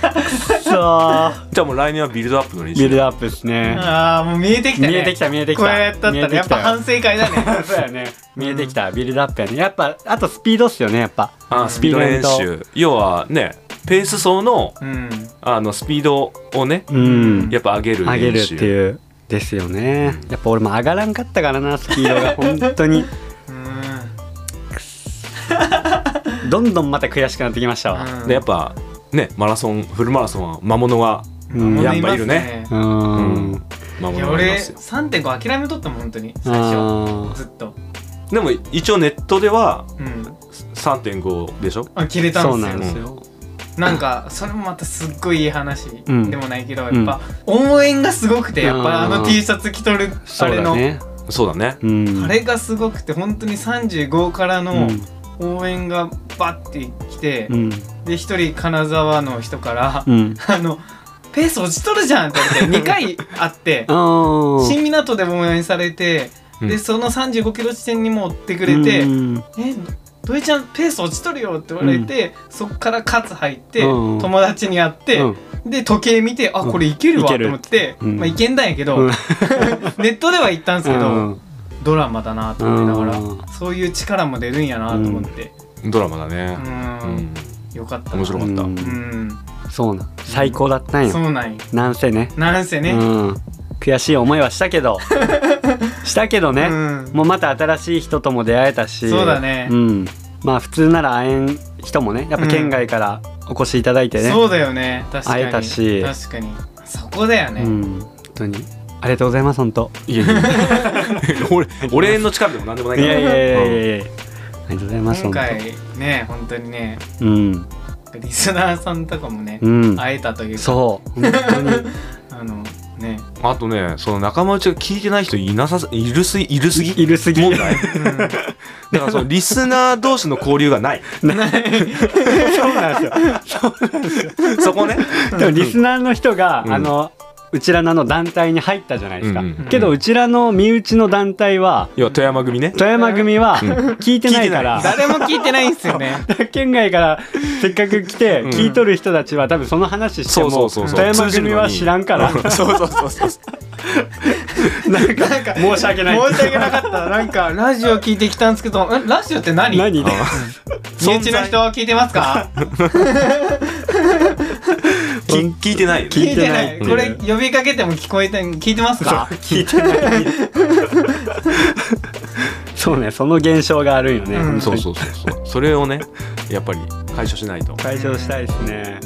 Speaker 2: くそう
Speaker 3: じゃあもう来年はビルドアップの練習
Speaker 2: ビルドアップですね
Speaker 1: ああもう見えてきたね
Speaker 2: 見えてきた見えてきた
Speaker 1: これやったった
Speaker 2: 見えて
Speaker 1: ら
Speaker 2: きたよ
Speaker 1: やっぱ反省会だね
Speaker 2: [LAUGHS] そうやね見えてきたビルドアップやねやっぱあとスピードっすよねやっぱ
Speaker 3: あースピード練
Speaker 2: スピード
Speaker 3: 習要はねペース走の
Speaker 1: うん
Speaker 3: あのスピードをね
Speaker 2: うん
Speaker 3: やっぱ上げる練習
Speaker 2: 上げるっていうですよねやっぱ俺も上がらんかったからなスピ
Speaker 1: [LAUGHS]
Speaker 2: ードが本当に
Speaker 1: うん
Speaker 2: どんどんまた悔しくなってきましたわ、
Speaker 3: でやっぱねマラソンフルマラソンは魔物が
Speaker 2: うん
Speaker 1: うん
Speaker 3: やっぱいるね
Speaker 2: う
Speaker 3: うん魔
Speaker 1: いや
Speaker 3: 物がい
Speaker 1: 俺
Speaker 3: ますよ
Speaker 1: 3.5諦めとったもん本当に最初
Speaker 2: あ
Speaker 1: ずっと
Speaker 3: でも一応ネットでは
Speaker 1: うん
Speaker 3: 3.5でしょ
Speaker 1: あ切れ
Speaker 2: ー
Speaker 1: た
Speaker 2: そうん
Speaker 1: で
Speaker 2: な
Speaker 1: す
Speaker 2: ん
Speaker 1: よ
Speaker 2: ですよ
Speaker 1: なんかそれもまたすっごいいい話で
Speaker 2: うん
Speaker 1: もないけど、
Speaker 2: うん
Speaker 1: やっぱ応援がすごくてやっぱあ
Speaker 2: う
Speaker 1: の
Speaker 2: ん
Speaker 1: T シャツ着とるあ
Speaker 2: そう
Speaker 1: れ
Speaker 2: だ
Speaker 1: の、
Speaker 2: ね
Speaker 3: そうだね
Speaker 2: うん
Speaker 1: あれがすごくて本当に35から
Speaker 2: う
Speaker 1: の
Speaker 2: ん
Speaker 1: 応援がバッてきて、
Speaker 2: うん
Speaker 1: で一人金沢の人から
Speaker 2: う
Speaker 1: 「
Speaker 2: ん
Speaker 1: あのペース落ちとるじゃん」って言って2
Speaker 2: [LAUGHS]
Speaker 1: 回会って
Speaker 2: あ
Speaker 1: 新港でも応援されて、
Speaker 3: う
Speaker 1: で
Speaker 3: ん
Speaker 1: その3 5キロ地点にも追ってくれて。
Speaker 2: うん
Speaker 1: え土井ちゃんペース落ちとるよって言われて、そっからカツ入って、
Speaker 2: うん
Speaker 1: 友達に会って、
Speaker 2: うん
Speaker 1: で時計見てあ
Speaker 2: うん
Speaker 1: これいけるわと
Speaker 2: いける
Speaker 1: 思って、
Speaker 2: うん
Speaker 1: まあいけんだんやけど、
Speaker 2: うん
Speaker 1: [LAUGHS] ネットでは行ったんですけど、
Speaker 2: うん
Speaker 1: ドラマだなと思ってだから、
Speaker 2: うん
Speaker 1: そういう力も出るんやなと思って
Speaker 3: ドラマだ
Speaker 1: う
Speaker 3: ね
Speaker 1: ん
Speaker 3: うん
Speaker 1: んよかったな
Speaker 3: 面白かった
Speaker 2: う
Speaker 1: う
Speaker 2: ん
Speaker 1: ん、
Speaker 2: そうなん最高だったん
Speaker 1: そ
Speaker 2: よ
Speaker 1: うなんよ
Speaker 2: なんせね
Speaker 1: なんせ
Speaker 2: う
Speaker 1: ね、
Speaker 2: ん悔しい思いはしたけ
Speaker 1: [LAUGHS]
Speaker 2: どしたけど
Speaker 1: う
Speaker 2: ね
Speaker 1: ん
Speaker 2: もうまた新しい人とも出会えたし
Speaker 1: そうだね
Speaker 2: うんまあ普通なら会えん人もねやっぱ県外からお越しいただいてね
Speaker 1: そうだよね確かに
Speaker 2: 会えたし
Speaker 1: 確かにそこだよね、
Speaker 2: うん本当にありがとうございます本当
Speaker 3: いやいや [LAUGHS] 俺俺の力でも何でもない
Speaker 2: い
Speaker 3: から
Speaker 2: やいやいやいや
Speaker 3: うん
Speaker 2: いやありがとうございます
Speaker 1: 今
Speaker 2: 本当
Speaker 1: 回ね本当にね
Speaker 2: うん
Speaker 1: リスナーさんとかもね、
Speaker 2: うん
Speaker 1: 会えたというか
Speaker 2: そう本当
Speaker 1: [LAUGHS]
Speaker 2: に
Speaker 1: あのね、
Speaker 3: あとねその仲間内が聞いてない人いなさいるすいるすぎ
Speaker 2: いるすぎ [LAUGHS]
Speaker 3: 問題
Speaker 1: うん
Speaker 3: だからそのリスナー同士の交流がない
Speaker 2: そうなんですよ [LAUGHS]
Speaker 3: そこね
Speaker 2: でもリスナーの人が、
Speaker 3: うん
Speaker 2: あのうちらのあの団体に入ったじゃないですか、
Speaker 3: うんうん
Speaker 2: けどうちらの身内の団体は
Speaker 3: 要は富山組ね
Speaker 2: 富山組は聞いてないから、
Speaker 1: [LAUGHS] 誰も聞いてないんですよね。
Speaker 2: 県外から [LAUGHS] せっかく来て
Speaker 3: うん
Speaker 2: 聞いとる人たちは多分その話して
Speaker 3: そうそ
Speaker 2: も
Speaker 3: うそうそう
Speaker 2: 富山組は知らん [LAUGHS] から
Speaker 3: うんそうそうそうそう
Speaker 2: なんか
Speaker 1: なんか
Speaker 2: 申し訳ない
Speaker 1: 申し訳なかった。なんかラジオ聞いてきたんですけど、えラジオって何？
Speaker 2: 何で
Speaker 1: 身内の人聞いてますか？
Speaker 3: 聞聞いてないよ
Speaker 2: 聞
Speaker 3: ね
Speaker 2: いてない
Speaker 1: 聞これ呼びかけても聞こえて聞いてますか？
Speaker 2: 聞いてない
Speaker 3: [LAUGHS]
Speaker 2: そうねその現象があるんよね、
Speaker 1: うん
Speaker 3: そうそうそうそうそれをねやっぱり解消しないと
Speaker 2: 解消したいですね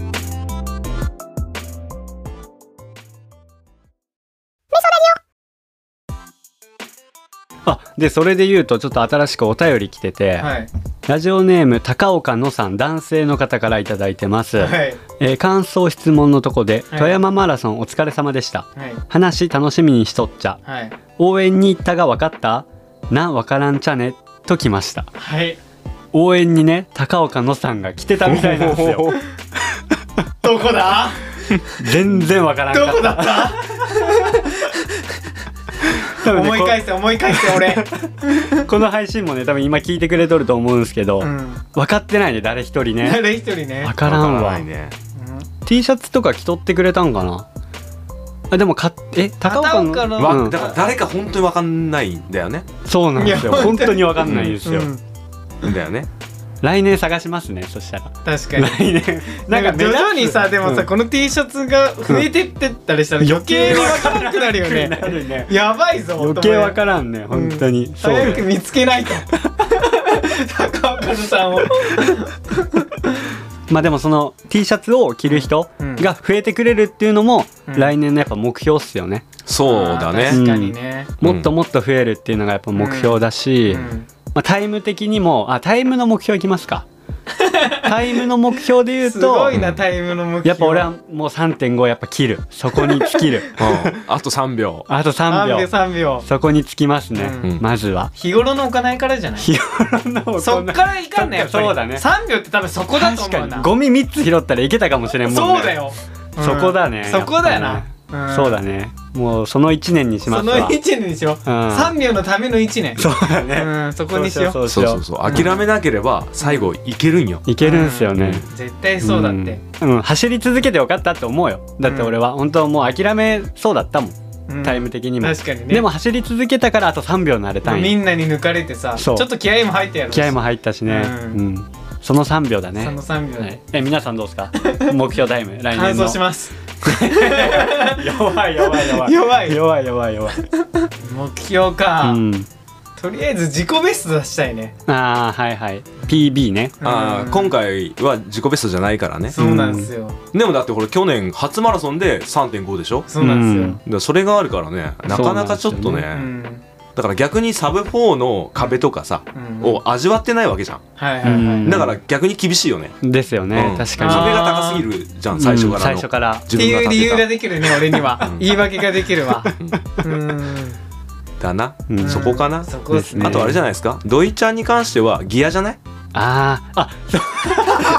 Speaker 2: あでそれで言うとちょっと新しくお便り来てて、
Speaker 1: はい
Speaker 2: ラジオネーム高岡のさん男性の方からいただいてます、
Speaker 1: はい
Speaker 2: えー感想質問のとこで、
Speaker 1: はい
Speaker 2: 富山マラソンお疲れ様でした
Speaker 1: はい
Speaker 2: 話楽しみにしとっちゃ
Speaker 1: はい
Speaker 2: 応援に行ったが分かったな分からんちゃねときました
Speaker 1: はい。
Speaker 2: 応援にね高岡のさんが来てたみたいなんです
Speaker 1: [LAUGHS]
Speaker 2: よ
Speaker 1: どこだ？
Speaker 2: 全然分からん
Speaker 1: ど
Speaker 2: か
Speaker 1: こ
Speaker 2: っ
Speaker 1: だった？
Speaker 2: た [LAUGHS] 多分ね
Speaker 1: 思い返して思い返して俺。
Speaker 2: [LAUGHS] ここの配信もね多分今聞いてくれとると思うんですけど、
Speaker 1: うん。
Speaker 2: 分かってないね誰一人ね
Speaker 1: 誰一人ね
Speaker 2: 分。からん
Speaker 3: わ
Speaker 2: わ
Speaker 3: ないね
Speaker 2: T シャツとか着とってくれたんかなあでもかえ高岡
Speaker 1: 高
Speaker 2: の
Speaker 1: 岡の
Speaker 3: わ
Speaker 2: うん
Speaker 3: だから誰か本当に分かんないんだよね
Speaker 2: そうなんですよ
Speaker 1: いや
Speaker 2: 本当に分かんないんですよ、
Speaker 1: うん
Speaker 3: だよね
Speaker 2: 来年探しますねそしたら
Speaker 1: 確かに
Speaker 2: 来年
Speaker 1: なんか
Speaker 2: 目
Speaker 1: 徐
Speaker 2: 立つ
Speaker 1: 々にさでもさ、
Speaker 2: うん
Speaker 1: この T シャツが増えてってったりしたら
Speaker 2: うん
Speaker 1: 余計に分からなくなるよ
Speaker 2: な
Speaker 1: ね
Speaker 2: るね
Speaker 1: やばいぞ
Speaker 2: 余計わ
Speaker 1: ら
Speaker 2: からんね本当に、そう
Speaker 1: 早く見つけないと高岡さんを
Speaker 2: まあでもその T シャツを着る人
Speaker 1: うん
Speaker 2: が増えてくれるっていうのも
Speaker 1: うん
Speaker 2: 来年のやっぱ目標っすよね、
Speaker 3: そうだ
Speaker 1: あー
Speaker 3: ね
Speaker 1: 確かにね、
Speaker 3: うん
Speaker 2: もっともっと増えるっていうのがやっぱ目標だし、
Speaker 1: うん
Speaker 2: まあ、タイム的にもあタイムの目標いきます [LAUGHS] かタイムの目標で言う
Speaker 1: す
Speaker 2: と
Speaker 1: ごいなタイムの目標
Speaker 2: やっぱ俺はもう3.5やっぱ切るそこに尽きる [LAUGHS]
Speaker 3: うんあと3秒
Speaker 2: あと3
Speaker 1: 3
Speaker 2: 秒
Speaker 1: 秒3秒
Speaker 2: そこに尽きますね、
Speaker 1: うん
Speaker 2: まずは
Speaker 1: 日頃の行いからじゃない
Speaker 2: 日頃の行い
Speaker 1: そっからいかんねやっぱり
Speaker 2: そうだね
Speaker 1: 3秒って多分そこだと
Speaker 2: 確
Speaker 1: 思
Speaker 2: か
Speaker 1: うな
Speaker 2: にゴミ3つ拾ったらいけたかもしれんもんね
Speaker 1: そうだよ、うん
Speaker 2: そこだね
Speaker 1: そこだよな、ん
Speaker 2: そうだねもうその1年にしま
Speaker 1: そ
Speaker 2: す
Speaker 1: の
Speaker 2: わ
Speaker 1: 1年にしよう、
Speaker 2: うん
Speaker 1: 3秒のための1年
Speaker 2: そうだね、
Speaker 1: うん、そこにしよう
Speaker 2: [LAUGHS] そうし
Speaker 3: そう
Speaker 2: よう
Speaker 3: そうそう諦めなければ最後いけるんよ
Speaker 2: いけるんすよね、
Speaker 1: うん絶対そうだって、
Speaker 2: うん、うん走り続けてよかったって思うよだって俺は本当もう諦めそうだったもん、
Speaker 1: うん
Speaker 2: タイム的にも
Speaker 1: 確かにね
Speaker 2: でも走り続けたからあと3秒なれたん
Speaker 1: み
Speaker 2: や
Speaker 1: んなに抜かれてさちょ
Speaker 2: そ
Speaker 1: っ
Speaker 2: う
Speaker 1: と気合も入ってやろうし
Speaker 2: 気合も入ったしね
Speaker 1: う
Speaker 2: うんん、その3秒だね
Speaker 1: その3秒
Speaker 2: はい
Speaker 1: で、
Speaker 2: え皆さんどうで
Speaker 1: [LAUGHS]
Speaker 2: すか目標タイム来
Speaker 1: 完
Speaker 2: 年の
Speaker 1: 走します
Speaker 2: 弱い弱い弱い
Speaker 1: 弱い
Speaker 2: 弱い弱い弱い
Speaker 1: 目標か、
Speaker 2: うん
Speaker 1: とりあえず自己ベスト出したいね
Speaker 2: ああはいはい PB ね
Speaker 3: あ
Speaker 1: う
Speaker 3: ー
Speaker 1: ん
Speaker 3: 今回は自己ベストじゃないからね
Speaker 1: そうなんですよ、
Speaker 3: でもだってこれ去年初マラソンで3.5でしょ
Speaker 1: そうなんですよ、
Speaker 3: だからそれがあるからねなかなかちょっと
Speaker 2: そうな
Speaker 3: ね
Speaker 2: んで
Speaker 1: うん
Speaker 3: だから逆にサブ4の壁とかさ、
Speaker 1: うん
Speaker 3: を味わってないわけじゃん、
Speaker 1: はいはいはい、
Speaker 2: うん
Speaker 3: だから逆に厳しいよね、
Speaker 2: ですよね、
Speaker 3: うん
Speaker 2: 確
Speaker 1: あー
Speaker 2: か
Speaker 3: 壁が高すぎるじゃん最初
Speaker 2: う
Speaker 3: からの、
Speaker 2: ん最初から
Speaker 1: っ
Speaker 3: 自
Speaker 1: て
Speaker 3: 分が
Speaker 1: いう
Speaker 3: 立
Speaker 1: 理
Speaker 3: て
Speaker 1: 由
Speaker 3: た
Speaker 1: ができるね俺には、
Speaker 3: うん
Speaker 1: 言い訳ができる
Speaker 3: [LAUGHS]
Speaker 1: わうん
Speaker 3: だな、
Speaker 2: に、うん
Speaker 3: そこかな、
Speaker 1: そこですね
Speaker 3: あとあれじゃないですか土井ちゃんに関してはギアじゃない
Speaker 2: あーあ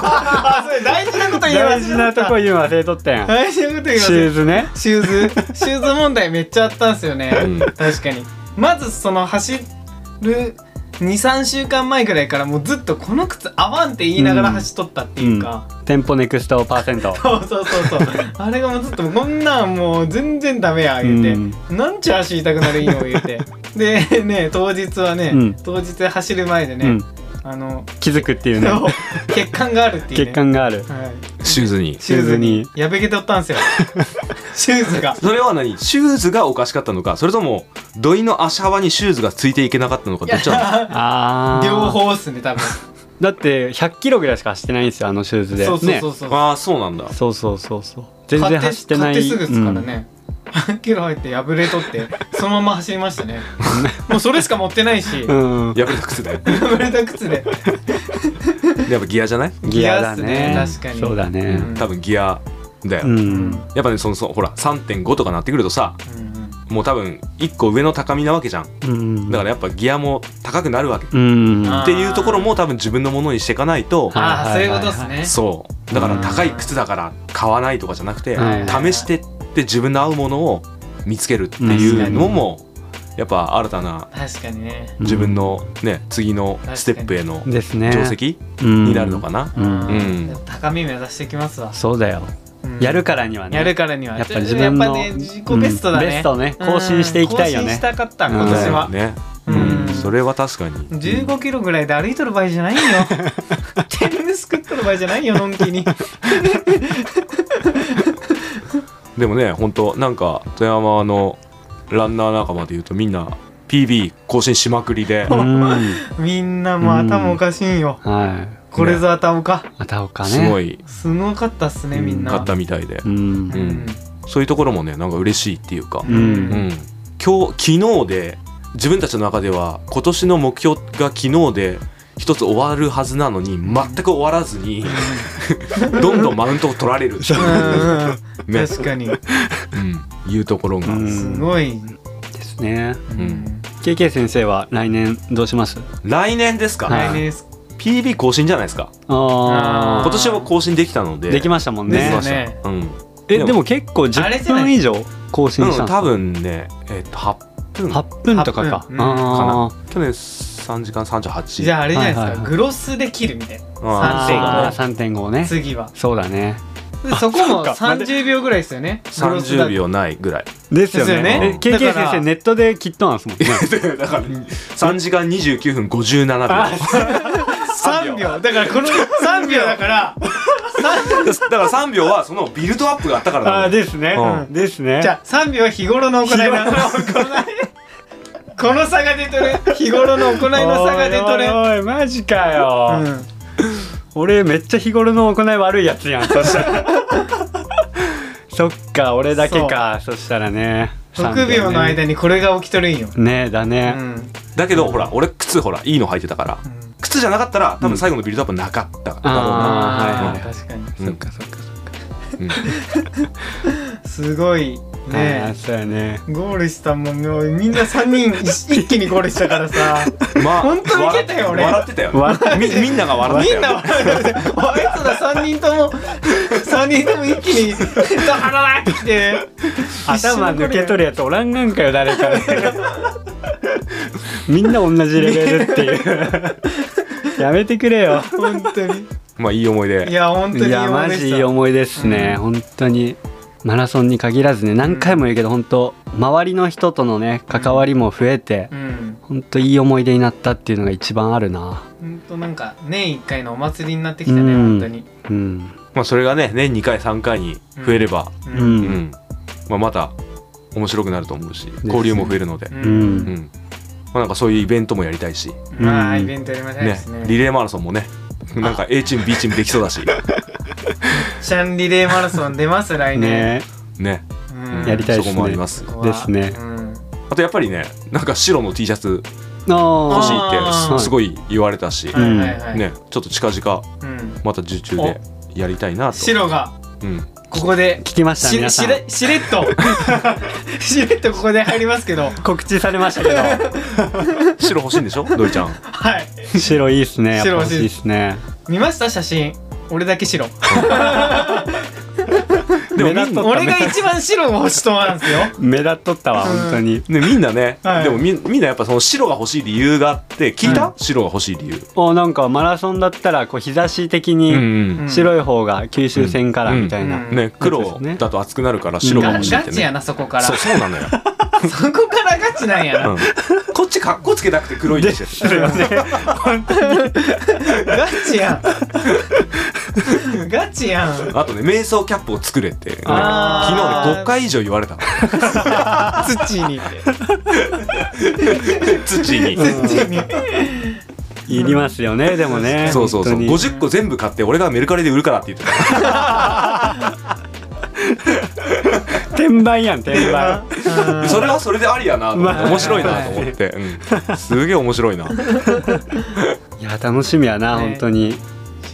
Speaker 1: あそれ大事なこと言いま
Speaker 2: 大
Speaker 1: す
Speaker 2: 事なとこ言うの忘れとったやん
Speaker 1: 大事なこと [LAUGHS] 言いま
Speaker 2: シューズね
Speaker 1: シューズシューズ問題めっちゃあったんですよね、
Speaker 3: うん
Speaker 1: 確かにまずその走る23週間前ぐらいからもうずっとこの靴合わんって言いながら走っとったっていうか、
Speaker 2: 店舗ネクストパーセント
Speaker 1: そうそうそうそうあれがもうずっとこんなんもう全然ダメや言うて、
Speaker 2: う
Speaker 1: なんちゅう足痛くなるんよ言うてでね当日はね、
Speaker 2: うん
Speaker 1: 当日走る前でね、
Speaker 2: うん
Speaker 1: あの
Speaker 2: 気づくっ
Speaker 1: [LAUGHS]
Speaker 2: ていうね
Speaker 1: そう血管があるっていう、ね、
Speaker 2: 欠陥が
Speaker 1: [LAUGHS]
Speaker 2: ある
Speaker 1: はい
Speaker 3: シューズに
Speaker 1: シューズにやべけておったんです
Speaker 2: [LAUGHS]
Speaker 1: よシューズが
Speaker 3: それは何シューズがおかしかったのかそれとも土井の足幅にシューズがついていけなかったのかどっちな
Speaker 2: あー
Speaker 1: 両方っすね多分
Speaker 2: だって100キロぐらいしか走ってないんですよあのシューズで
Speaker 1: そうそうそう
Speaker 2: ね
Speaker 1: そう、
Speaker 3: のああそうなんだ
Speaker 2: そうそうそうそう全然走ってない
Speaker 1: 買って買ってすぐですからね、100キロ入って破れとってそのまま走りました
Speaker 2: [LAUGHS]
Speaker 1: ねもうそれしか持ってないし
Speaker 2: うん、うん
Speaker 3: やっぱり靴
Speaker 2: [LAUGHS]
Speaker 3: だよ
Speaker 1: 破れた靴で
Speaker 3: やっぱギアじゃない
Speaker 2: ギアだ
Speaker 1: ギア
Speaker 2: ね
Speaker 1: っすね確かに
Speaker 2: そうだね
Speaker 1: うん
Speaker 3: 多分ギアだよ、
Speaker 2: うん、
Speaker 1: ん
Speaker 3: やっぱねそのそのほら3.5とかなってくるとさ
Speaker 1: うん
Speaker 3: もう多分1個上の高みなわけじゃん
Speaker 2: うん、
Speaker 3: だからやっぱギアも高くなるわけ、
Speaker 2: うん
Speaker 1: あ
Speaker 3: っていうところも多分自分のものにしていかない
Speaker 2: は
Speaker 3: と、
Speaker 2: い
Speaker 1: ああそういうことっすね、
Speaker 3: そうだから高い靴だから買わないとかじゃなくて、
Speaker 2: はい
Speaker 3: 試してって自分の合うものを見つけるっていうのも、やっぱ新たな
Speaker 1: 確かにね
Speaker 3: 自分のね、次のステップへの
Speaker 2: ですね
Speaker 3: 定石
Speaker 2: に
Speaker 3: になるのかな、
Speaker 2: うん
Speaker 3: うん
Speaker 1: でも高み目指してきますわ、
Speaker 2: そうだよ、
Speaker 1: うん
Speaker 2: やるからにはね
Speaker 1: やるからには
Speaker 2: やっぱ自分の
Speaker 1: やっぱね自己ベストだね、
Speaker 2: うんベストをね更新していきたいよ
Speaker 1: うん更新
Speaker 2: ね
Speaker 1: したかった
Speaker 2: うん
Speaker 1: 今年は、
Speaker 3: ね、
Speaker 1: うん
Speaker 3: それは確かに
Speaker 1: 15キロぐらいで歩いとる場合じゃ
Speaker 2: [LAUGHS]
Speaker 1: ないよ天狗すくっとる場合じゃないよのんきに
Speaker 3: でもね本当なんか富山のランナー仲間で言うとみんな PB 更新しまくりで、
Speaker 2: うん
Speaker 1: みんなもう頭おかしいんよ、
Speaker 2: はい
Speaker 1: [LAUGHS] これぞ頭か
Speaker 2: またおかね
Speaker 3: すごい
Speaker 1: すごかったっすねみんな
Speaker 3: 買ったみたいで、
Speaker 2: うん
Speaker 1: う、ん
Speaker 3: そういうところもねなんか嬉しいっていうか、
Speaker 1: う
Speaker 2: うん
Speaker 3: うんん、今日昨日で自分たちの中では今年の目標が昨日で一つ終わるはずなのに全く終わらずにどんどんマウントを取られるってい
Speaker 1: うんうん
Speaker 3: う
Speaker 1: [LAUGHS]
Speaker 3: ね
Speaker 1: 確かに
Speaker 3: うんいうところが、
Speaker 2: うん
Speaker 1: すごい、
Speaker 2: ですね
Speaker 1: うん
Speaker 3: ん
Speaker 2: KK 先生は来年どうします
Speaker 3: 来年ですか、
Speaker 2: はい
Speaker 1: 来年す
Speaker 3: PB 更新じゃないですか
Speaker 1: あー
Speaker 3: 今年は更新できたので
Speaker 2: できましたもん
Speaker 1: です
Speaker 2: ね
Speaker 1: よ
Speaker 3: ね
Speaker 1: ね
Speaker 3: うん
Speaker 2: え
Speaker 3: でも
Speaker 2: でも結構
Speaker 1: あれ
Speaker 2: 10
Speaker 1: じゃな
Speaker 2: 分
Speaker 1: い
Speaker 2: 以上更新し
Speaker 3: う
Speaker 2: たん
Speaker 3: ん、
Speaker 2: です
Speaker 3: 多分ねえっと8分
Speaker 2: 8分とかか
Speaker 1: 8分うん
Speaker 2: あー
Speaker 3: 去年3時間38
Speaker 1: じゃああれじゃないですか、
Speaker 2: はいはいはい
Speaker 1: グロスで切るみたい
Speaker 3: あ
Speaker 1: 3.5
Speaker 2: あー3.5ね
Speaker 1: 次
Speaker 2: [LAUGHS]
Speaker 1: は
Speaker 2: そうだね
Speaker 1: でそこも
Speaker 2: そうか
Speaker 1: 30秒ぐらいですよねグロスだ
Speaker 3: 30秒ないぐ
Speaker 2: [LAUGHS]
Speaker 3: らい
Speaker 2: ですよ
Speaker 1: ですよね
Speaker 2: ねえ KK
Speaker 1: だ
Speaker 2: 先
Speaker 1: から
Speaker 2: 生ネットで切ったんですもんね [LAUGHS]
Speaker 3: だから3時間29分57秒
Speaker 1: 3秒だからこの3秒だ
Speaker 2: [LAUGHS]
Speaker 1: から
Speaker 3: だから3秒はそのビルドアップがあったから
Speaker 2: あ
Speaker 3: な
Speaker 2: あ
Speaker 3: んだよ
Speaker 2: ですね、
Speaker 3: う
Speaker 2: ですね
Speaker 1: じゃあ3秒は日頃の行いなこの差が出とる日頃の行いの差が出とる
Speaker 2: おいおいおいマジかよ、
Speaker 1: うん
Speaker 2: 俺めっちゃ日頃の行い悪いやつやんそしたらそっか俺だけかそしたらね
Speaker 1: 6秒の間
Speaker 2: に
Speaker 1: にこれが起きとるんよ
Speaker 2: ねえだ
Speaker 1: う
Speaker 2: ね、
Speaker 1: ん
Speaker 3: だけどほら俺靴ほらいいの履いてたから
Speaker 1: うん
Speaker 3: 靴じゃなかったら多分最後のビルドアップなかっただろうな
Speaker 2: あーはいはい
Speaker 1: ー確かに
Speaker 3: うん
Speaker 2: かそっか
Speaker 3: うん
Speaker 1: すごい
Speaker 2: ああ
Speaker 1: ね
Speaker 2: そうやね
Speaker 1: ゴールしたもんもうみんな3人一一気にゴールしたからさ
Speaker 3: まあ
Speaker 1: 本当に受けたよ俺
Speaker 3: 笑ってたよ
Speaker 2: 笑っ
Speaker 3: みみんなが笑って
Speaker 1: み
Speaker 3: たよ
Speaker 1: んな笑っててあいつら三人
Speaker 2: [LAUGHS]
Speaker 1: とも三人とも一気にドハララってきて
Speaker 2: 頭抜け
Speaker 1: る
Speaker 2: 取るやつおらんがんかよ誰か [LAUGHS] みんな同じレベルっていうやめてくれよ
Speaker 1: 本当に
Speaker 3: まあいい思い出
Speaker 1: いや本当に
Speaker 2: いやマジいい思いですね、本当にマラソンに限らずね何回も言うけど、本当周りの人とのね関わりも増えて、
Speaker 1: うん
Speaker 2: 本当いい思い出になったっていうのが一番あるな
Speaker 1: 本当なんか年一回のお祭りになってきたね
Speaker 2: うん
Speaker 1: 本当に
Speaker 2: うん
Speaker 3: まあそれがね年2回3回に増えれば、
Speaker 1: う
Speaker 2: うん
Speaker 3: うん
Speaker 2: ん
Speaker 3: まあ、また面白くなると思うし交流も増えるので、
Speaker 1: う
Speaker 2: うん
Speaker 3: うんんまあ、なんかそういうイベントもやりたいし、
Speaker 2: うん
Speaker 1: まあイベントやりましたいで
Speaker 3: ね
Speaker 1: すね
Speaker 3: リレーマラソンもねなんか A チーム B チームできそうだし
Speaker 1: シャンリレーマラソン出ます来年
Speaker 2: ね
Speaker 3: ね、
Speaker 1: うん
Speaker 2: やりたいですね
Speaker 3: そこもあります
Speaker 1: ここは
Speaker 2: ですね
Speaker 1: うん
Speaker 3: あとやっぱりねなんか白の T シャツ
Speaker 2: あ
Speaker 3: 欲し
Speaker 2: ー
Speaker 3: いっ
Speaker 1: あー
Speaker 3: てすすごい言われたし、
Speaker 1: は
Speaker 2: ん
Speaker 1: いはいはい
Speaker 3: ね、ちょっと近々
Speaker 1: うん
Speaker 3: また受注でやりたいなと、
Speaker 1: 白が
Speaker 3: うん、
Speaker 1: ここで
Speaker 2: 聞きました
Speaker 1: し
Speaker 2: 皆さ
Speaker 1: し
Speaker 2: ん
Speaker 1: れしれっ
Speaker 2: [LAUGHS]
Speaker 1: としれっとここで入りますけど
Speaker 2: 告知されましたけ
Speaker 3: [LAUGHS] 白欲しい [LAUGHS] んでしょドイちゃん
Speaker 1: はい
Speaker 2: ど [LAUGHS] 白いいっすねやっぱ
Speaker 1: 白欲
Speaker 2: 欲
Speaker 1: し
Speaker 2: し
Speaker 1: い
Speaker 2: いっすね
Speaker 1: 見ました写真俺だけ白
Speaker 3: でもみん
Speaker 2: 目立っとった
Speaker 1: 俺が一番白を欲しとなんですよ
Speaker 2: 目立っとったわ
Speaker 1: うん
Speaker 2: 本当に、
Speaker 3: ね、みんなね、
Speaker 1: はい
Speaker 3: でもみみんなやっぱその白が欲しい理由があって聞いた、白が欲しい理由、
Speaker 2: おなんかマラソンだったらこう日差し的に
Speaker 1: うん
Speaker 2: 白い方が九州戦からみたいな、
Speaker 1: うん
Speaker 3: ね、黒だと熱くなるから白が
Speaker 1: ガ
Speaker 3: 欲しいっ
Speaker 1: ガ
Speaker 3: て
Speaker 1: チや
Speaker 3: ね。
Speaker 1: なそこから
Speaker 3: そう、そうなのよ。
Speaker 1: そこからガチなんやな、
Speaker 3: うん [LAUGHS] こっち格好つけたくて黒いんですよ。
Speaker 1: ガチやんガチやん
Speaker 3: あとね、瞑想キャップを作れって、ね、昨
Speaker 1: あー
Speaker 3: 日ね、5回以上言われたの。
Speaker 1: 土に
Speaker 3: [LAUGHS] 土に。
Speaker 1: 土に
Speaker 2: いりますよねでもね
Speaker 3: そうそうそう。
Speaker 2: 本当に
Speaker 3: 50個全部買って、俺がメルカリで売るからって言ってた。
Speaker 2: 転売やん転売
Speaker 3: でそれはそれでありやなと思って、
Speaker 2: まあ
Speaker 3: 面白いなと思って。うんすげえ面白いな。
Speaker 2: [LAUGHS] いや楽しみやな、
Speaker 1: ね
Speaker 2: 本当に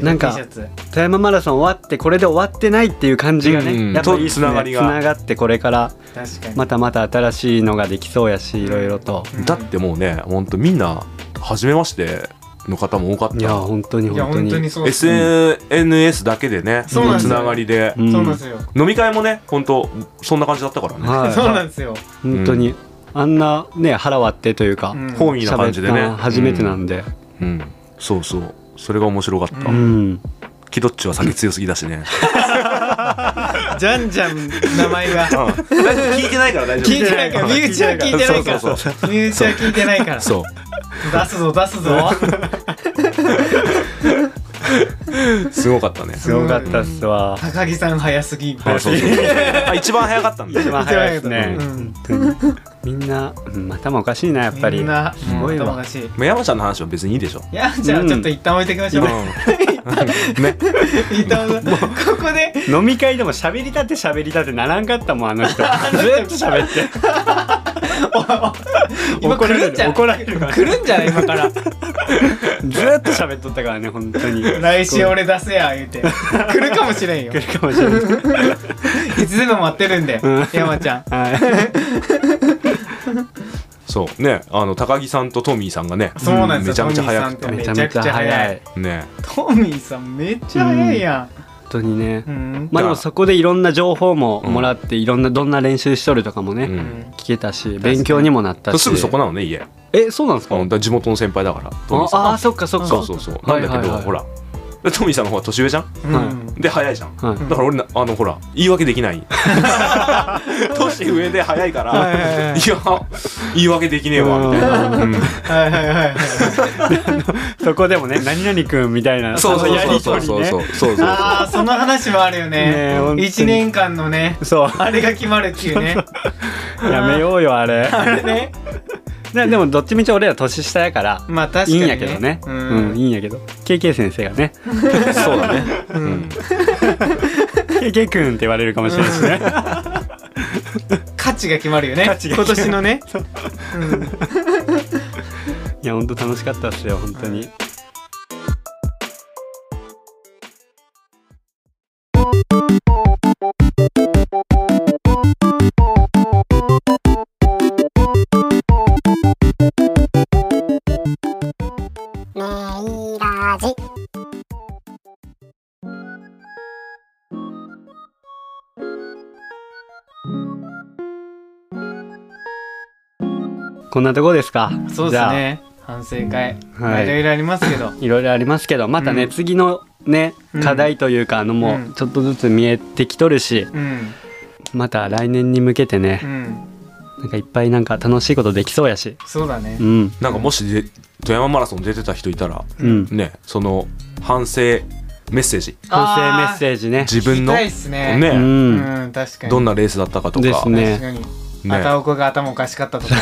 Speaker 2: なんか
Speaker 1: T シャツ
Speaker 2: 富山マラソン終わってこれで終わってないっていう感じがね、
Speaker 3: うん
Speaker 2: やっぱいいですね
Speaker 3: とつながりが
Speaker 2: つながってこれから
Speaker 1: 確かに、
Speaker 2: またまた新しいのができそうやしいろいろと
Speaker 1: うん
Speaker 3: だってもうね、ほんとみんな、初めましての方も多かっ
Speaker 2: いや
Speaker 3: た。
Speaker 2: 本当に
Speaker 1: いや
Speaker 2: 本当
Speaker 1: 本
Speaker 2: に
Speaker 1: 当にそうっす
Speaker 3: SNS だけでね、つ
Speaker 1: そうなんですよ
Speaker 3: ながりで。
Speaker 2: うん
Speaker 1: そうなんですよ、
Speaker 3: 飲み会もね、ほんと、そんな感じだったからね。
Speaker 2: はい
Speaker 1: [LAUGHS] そうなんですよ、
Speaker 2: 本当に、あんなね腹割ってというか、
Speaker 1: うん
Speaker 3: 本意な感じでね
Speaker 2: 喋った初めてなんで
Speaker 3: うん、そうそうそれが面白かった、
Speaker 1: う
Speaker 2: うんん、
Speaker 3: キドッチは酒強すぎだし
Speaker 2: [LAUGHS]
Speaker 3: ね、
Speaker 1: じゃんじゃん名前が
Speaker 3: うん、聞いてないから大
Speaker 1: 聞いてないから身内は聞いてないから
Speaker 3: そう
Speaker 1: 身内は聞いてないから
Speaker 3: そう
Speaker 1: 出すぞ出すぞ
Speaker 3: すごかったね
Speaker 2: すごかったっすわ、
Speaker 1: 高木さん早すぎ
Speaker 3: あそうそうあ一番早かったんだ
Speaker 2: 一番早いですね、
Speaker 1: うん
Speaker 2: 本当にみんな、うん、頭おかしいなやっぱり
Speaker 1: みんな
Speaker 2: すごい
Speaker 1: 頭お
Speaker 2: わ
Speaker 1: かしいい
Speaker 3: まあ山ちゃんの話は別にいいでしょ、
Speaker 1: やじゃあちょっと一旦置いていきましょう、
Speaker 3: うん、ね
Speaker 1: 一旦置いてここで
Speaker 2: 飲み会でも喋りたて喋りたてならんかったもんあの [LAUGHS] 人ずーっと喋って
Speaker 1: 今
Speaker 2: 怒られ
Speaker 1: 来
Speaker 2: る
Speaker 1: るんじゃ
Speaker 2: 怒られるから
Speaker 1: 来るんじゃない今から
Speaker 2: ずーっと喋っとったからね本当 [LAUGHS] に
Speaker 1: 来週俺出せや言うて来るかもしれんよ
Speaker 2: 来るかもしれ [LAUGHS] ない
Speaker 1: いつでも待ってるんで
Speaker 2: うん
Speaker 1: 山ちゃん
Speaker 2: はい
Speaker 3: そうねあの高木さんとトミーさんがね
Speaker 1: そうなんですよ
Speaker 3: めちゃめちゃ早く
Speaker 1: トミ
Speaker 3: て
Speaker 1: ー
Speaker 2: め
Speaker 1: さ
Speaker 2: ち
Speaker 1: ん
Speaker 2: ゃ
Speaker 1: と
Speaker 2: めちゃ早い
Speaker 3: ね
Speaker 1: トミーさんめっちゃ早いや
Speaker 2: 本当にね
Speaker 1: んうん
Speaker 2: まあでもそこでいろんな情報ももらっていろんなどんな練習しとるとかもね、
Speaker 3: うん
Speaker 2: 聞けたし勉強にもなったし
Speaker 3: すぐそこなのね家
Speaker 2: えそうなんですか
Speaker 3: うんだから地元の先輩だからトミーさん
Speaker 2: ああそっかそっか
Speaker 3: そうそうそう
Speaker 2: は
Speaker 3: ないん
Speaker 2: は
Speaker 3: だ
Speaker 2: い
Speaker 3: け
Speaker 2: はい
Speaker 3: どほらでトミーさんの方は年上じゃん
Speaker 1: うん
Speaker 2: はい
Speaker 3: で早いじゃん、
Speaker 2: はい
Speaker 3: だから俺なあのほら言い訳できない年上で早いから、
Speaker 1: はい
Speaker 3: い
Speaker 1: はいはい
Speaker 3: や言い訳できねえわ
Speaker 2: [LAUGHS]
Speaker 3: みたいな、うん
Speaker 1: はいはいはいはい
Speaker 2: そこでもね
Speaker 3: [LAUGHS]
Speaker 2: 何々くんみたいな
Speaker 3: そうそ
Speaker 2: あ
Speaker 3: う
Speaker 2: のやり
Speaker 3: そう
Speaker 2: と
Speaker 3: そう
Speaker 2: り
Speaker 3: そう
Speaker 2: ね
Speaker 3: そうそう
Speaker 1: ああその話もあるよ
Speaker 2: ねえ
Speaker 1: ね
Speaker 2: 本当に
Speaker 1: 一年間のね
Speaker 2: そう
Speaker 1: あれが決まるっていうね
Speaker 2: やめようよあ
Speaker 3: [LAUGHS]
Speaker 2: れ
Speaker 1: あれね
Speaker 2: ねでもどっちみち俺ら年下やから
Speaker 1: まあ確か
Speaker 2: い
Speaker 1: に
Speaker 2: い
Speaker 1: ね
Speaker 2: んやけどね
Speaker 1: う
Speaker 2: うんい
Speaker 1: ん
Speaker 2: いんやけど KK 先生が
Speaker 3: [LAUGHS]
Speaker 2: ね
Speaker 3: そうだね、
Speaker 1: う
Speaker 3: うんん、
Speaker 2: KK くんって言われるかもしれないしね
Speaker 1: 価値が決まるよね
Speaker 2: 価値が
Speaker 1: 今
Speaker 2: 決まる
Speaker 1: 年のねうん
Speaker 2: いやほんと楽しかったっすよ本当に
Speaker 4: メイラジ
Speaker 2: こんなとこですか
Speaker 1: そう
Speaker 2: じ
Speaker 1: です
Speaker 2: ゃあ
Speaker 1: ね反省会まあ
Speaker 2: はい
Speaker 1: いろいろありますけど
Speaker 2: いろいろありますけどまたね、
Speaker 1: うん
Speaker 2: 次のね
Speaker 1: うん
Speaker 2: 課題というか、あのも
Speaker 1: うん
Speaker 2: うちょっとずつ見えてきとるし
Speaker 1: うん
Speaker 2: また来年に向けてね
Speaker 1: う、ん
Speaker 2: なんかいっぱいなんか楽しいことできそうやし
Speaker 1: そうだね
Speaker 2: うん
Speaker 3: なんかもしで富山マラソン出てた人いたら
Speaker 2: うん、
Speaker 3: ねその反省メッセージ
Speaker 2: 反省メッセージね
Speaker 3: 自分の
Speaker 1: 聞きたいっすね
Speaker 2: う
Speaker 3: ね、
Speaker 2: ん、
Speaker 1: うん確かに
Speaker 3: どんなレースだったかとか
Speaker 2: ですね
Speaker 1: 確かに片岡が頭おかしかったとか